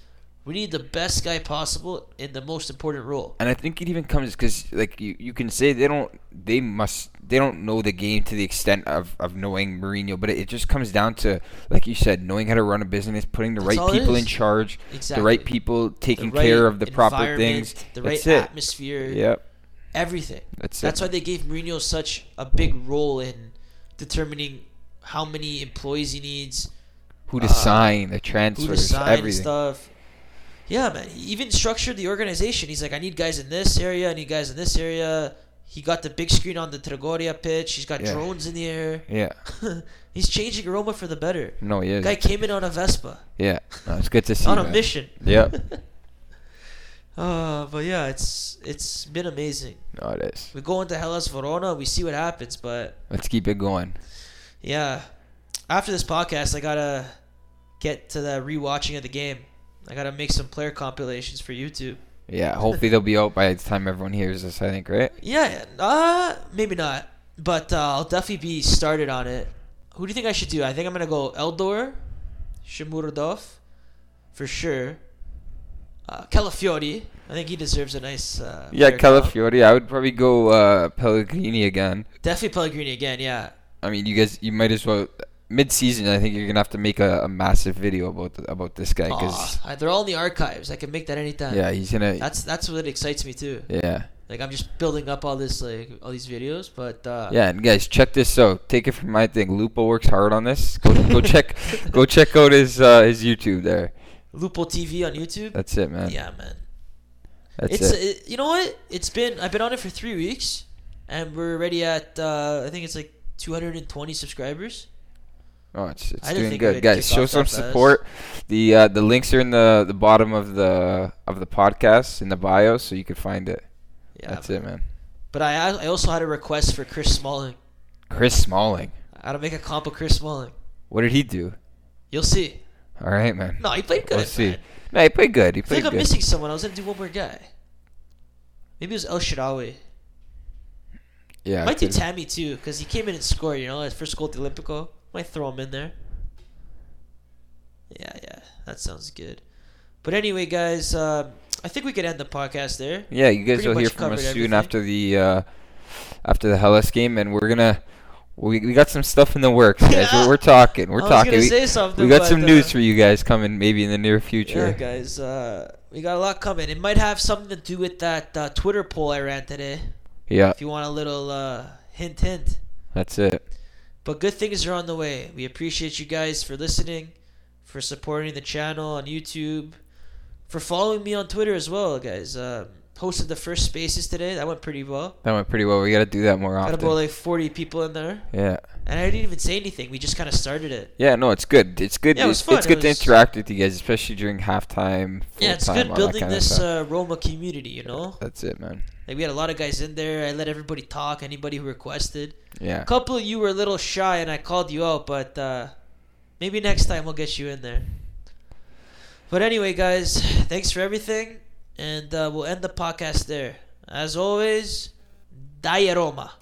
Speaker 1: We need the best guy possible in the most important role.
Speaker 2: and I think it even comes because like you, you can say they don't they must they don't know the game to the extent of, of knowing Mourinho, but it, just comes down to like you said, knowing how to run a business, putting the
Speaker 1: That's all
Speaker 2: right
Speaker 1: it
Speaker 2: people in
Speaker 1: is.
Speaker 2: charge,
Speaker 1: Exactly.
Speaker 2: the right people taking
Speaker 1: right
Speaker 2: care of the proper
Speaker 1: environment,
Speaker 2: things.
Speaker 1: The right
Speaker 2: That's it.
Speaker 1: atmosphere.
Speaker 2: Yep,
Speaker 1: Everything.
Speaker 2: that's,
Speaker 1: That's
Speaker 2: it.
Speaker 1: why they gave Mourinho such a big role in determining how many employees he needs,
Speaker 2: Who to
Speaker 1: uh,
Speaker 2: sign, the
Speaker 1: who
Speaker 2: transfers,
Speaker 1: to sign and
Speaker 2: everything.
Speaker 1: stuff. Yeah, man. He even structured the organization. He's like, I need guys in this area. I need guys in this area. He got the big screen on the Trigoria pitch. He's got
Speaker 2: Yeah.
Speaker 1: drones in the air.
Speaker 2: Yeah,
Speaker 1: He's changing Roma for the better.
Speaker 2: no, he is.
Speaker 1: Guy came in on a Vespa,
Speaker 2: yeah, no, it's good to see.
Speaker 1: on a
Speaker 2: that.
Speaker 1: mission.
Speaker 2: Yep,
Speaker 1: Uh, but yeah, it's it's been amazing.
Speaker 2: no, it is.
Speaker 1: We go into Hellas Verona. We see what happens, but
Speaker 2: Let's keep it going.
Speaker 1: Yeah. After this podcast, I gotta get to the rewatching of the game. I gotta make some player compilations for YouTube.
Speaker 2: Yeah, hopefully they'll be out by the time everyone hears this. I think, right?
Speaker 1: Yeah, uh, maybe not, but uh, I'll definitely be started on it. Who do you think I should do? I think I'm gonna go Eldor, Shimurodov, for sure. Uh, Calafiori. I think he deserves a nice. Uh,
Speaker 2: Yeah,
Speaker 1: player comp.
Speaker 2: Calafiori. I would probably go uh, Pellegrini again.
Speaker 1: Definitely Pellegrini again. Yeah,
Speaker 2: I mean, you guys, you might as well. Mid-season, I think you're gonna have to make a, a massive video about th- about this guy because
Speaker 1: Aw, they're all in the archives. I can make that anytime.
Speaker 2: yeah, he's gonna
Speaker 1: that's that's what excites me too.
Speaker 2: yeah
Speaker 1: Like I'm just building up all this like all these videos, but uh,
Speaker 2: yeah. And guys, check this out. Take it from my thing. Lupo works hard on this. Go go check go check out his uh, his YouTube there.
Speaker 1: Lupo TV on YouTube.
Speaker 2: That's it, man.
Speaker 1: Yeah, man.
Speaker 2: That's
Speaker 1: it's
Speaker 2: it.
Speaker 1: uh, you know what? It's been I've been on it for three weeks, and we're already at uh, I think it's like 220 subscribers.
Speaker 2: oh, it's it's
Speaker 1: I didn't
Speaker 2: doing
Speaker 1: think it
Speaker 2: good,
Speaker 1: would
Speaker 2: guys.
Speaker 1: kick
Speaker 2: Show
Speaker 1: off
Speaker 2: some
Speaker 1: that fast.
Speaker 2: support. The uh, the links are in the the bottom of the of the podcast in the bio, so you can find it.
Speaker 1: Yeah,
Speaker 2: That's
Speaker 1: but,
Speaker 2: it, man.
Speaker 1: But I I also had a request for Chris Smalling.
Speaker 2: Chris Smalling.
Speaker 1: I gotta make a comp of Chris Smalling.
Speaker 2: What did he do?
Speaker 1: You'll see.
Speaker 2: All right, man.
Speaker 1: No, he played good.
Speaker 2: we'll see.
Speaker 1: man.
Speaker 2: No, he played good.
Speaker 1: I
Speaker 2: He
Speaker 1: feel
Speaker 2: played
Speaker 1: like I'm
Speaker 2: good.
Speaker 1: missing someone. I was gonna do one more guy. Maybe it was El Shirawi.
Speaker 2: Yeah,
Speaker 1: Might do
Speaker 2: could've-
Speaker 1: Tammy too, because he came in and scored. You know, his first goal at the Olympico. Might throw him in there. Yeah, yeah, that sounds good. But anyway, guys, um, I think we could end the podcast there.
Speaker 2: Yeah, you guys
Speaker 1: pretty
Speaker 2: will hear
Speaker 1: much
Speaker 2: from
Speaker 1: covered
Speaker 2: us soon
Speaker 1: everything.
Speaker 2: after the uh, after the Hellas game, and we're gonna we, we got some stuff in the works, guys. we're, we're talking, we're
Speaker 1: I was
Speaker 2: talking.
Speaker 1: gonna
Speaker 2: We,
Speaker 1: say something,
Speaker 2: we got
Speaker 1: but,
Speaker 2: some
Speaker 1: uh,
Speaker 2: news for you guys coming maybe in the near future.
Speaker 1: Yeah, guys, uh, we got a lot coming. It might have something to do with that uh, Twitter poll I ran today.
Speaker 2: Yeah,
Speaker 1: If you want a little uh, hint, hint.
Speaker 2: that's it.
Speaker 1: But good things are on the way. We appreciate you guys for listening, for supporting the channel on YouTube, for following me on Twitter as well, guys. Um, hosted the first Spaces today. That went pretty well.
Speaker 2: That went pretty well. We got to do that more
Speaker 1: Got
Speaker 2: often.
Speaker 1: about like 40 people in there,
Speaker 2: yeah,
Speaker 1: and I didn't even say anything. We just kind of started it.
Speaker 2: yeah. No, it's good. It's good.
Speaker 1: Yeah, it
Speaker 2: to-
Speaker 1: was fun.
Speaker 2: It's
Speaker 1: It
Speaker 2: good to
Speaker 1: was-
Speaker 2: interact with you guys, especially during halftime.
Speaker 1: Yeah, it's
Speaker 2: full-time,
Speaker 1: good
Speaker 2: all that
Speaker 1: building
Speaker 2: kinda
Speaker 1: this
Speaker 2: stuff.
Speaker 1: uh, Roma community. You know,
Speaker 2: That's it, man.
Speaker 1: like we had a lot of guys in there. I let everybody talk. Anybody who requested.
Speaker 2: Yeah.
Speaker 1: A couple of you were a little shy, and I called you out, but uh, maybe next time we'll get you in there. But anyway, guys, thanks for everything, and uh, we'll end the podcast there. As always, Dai Roma.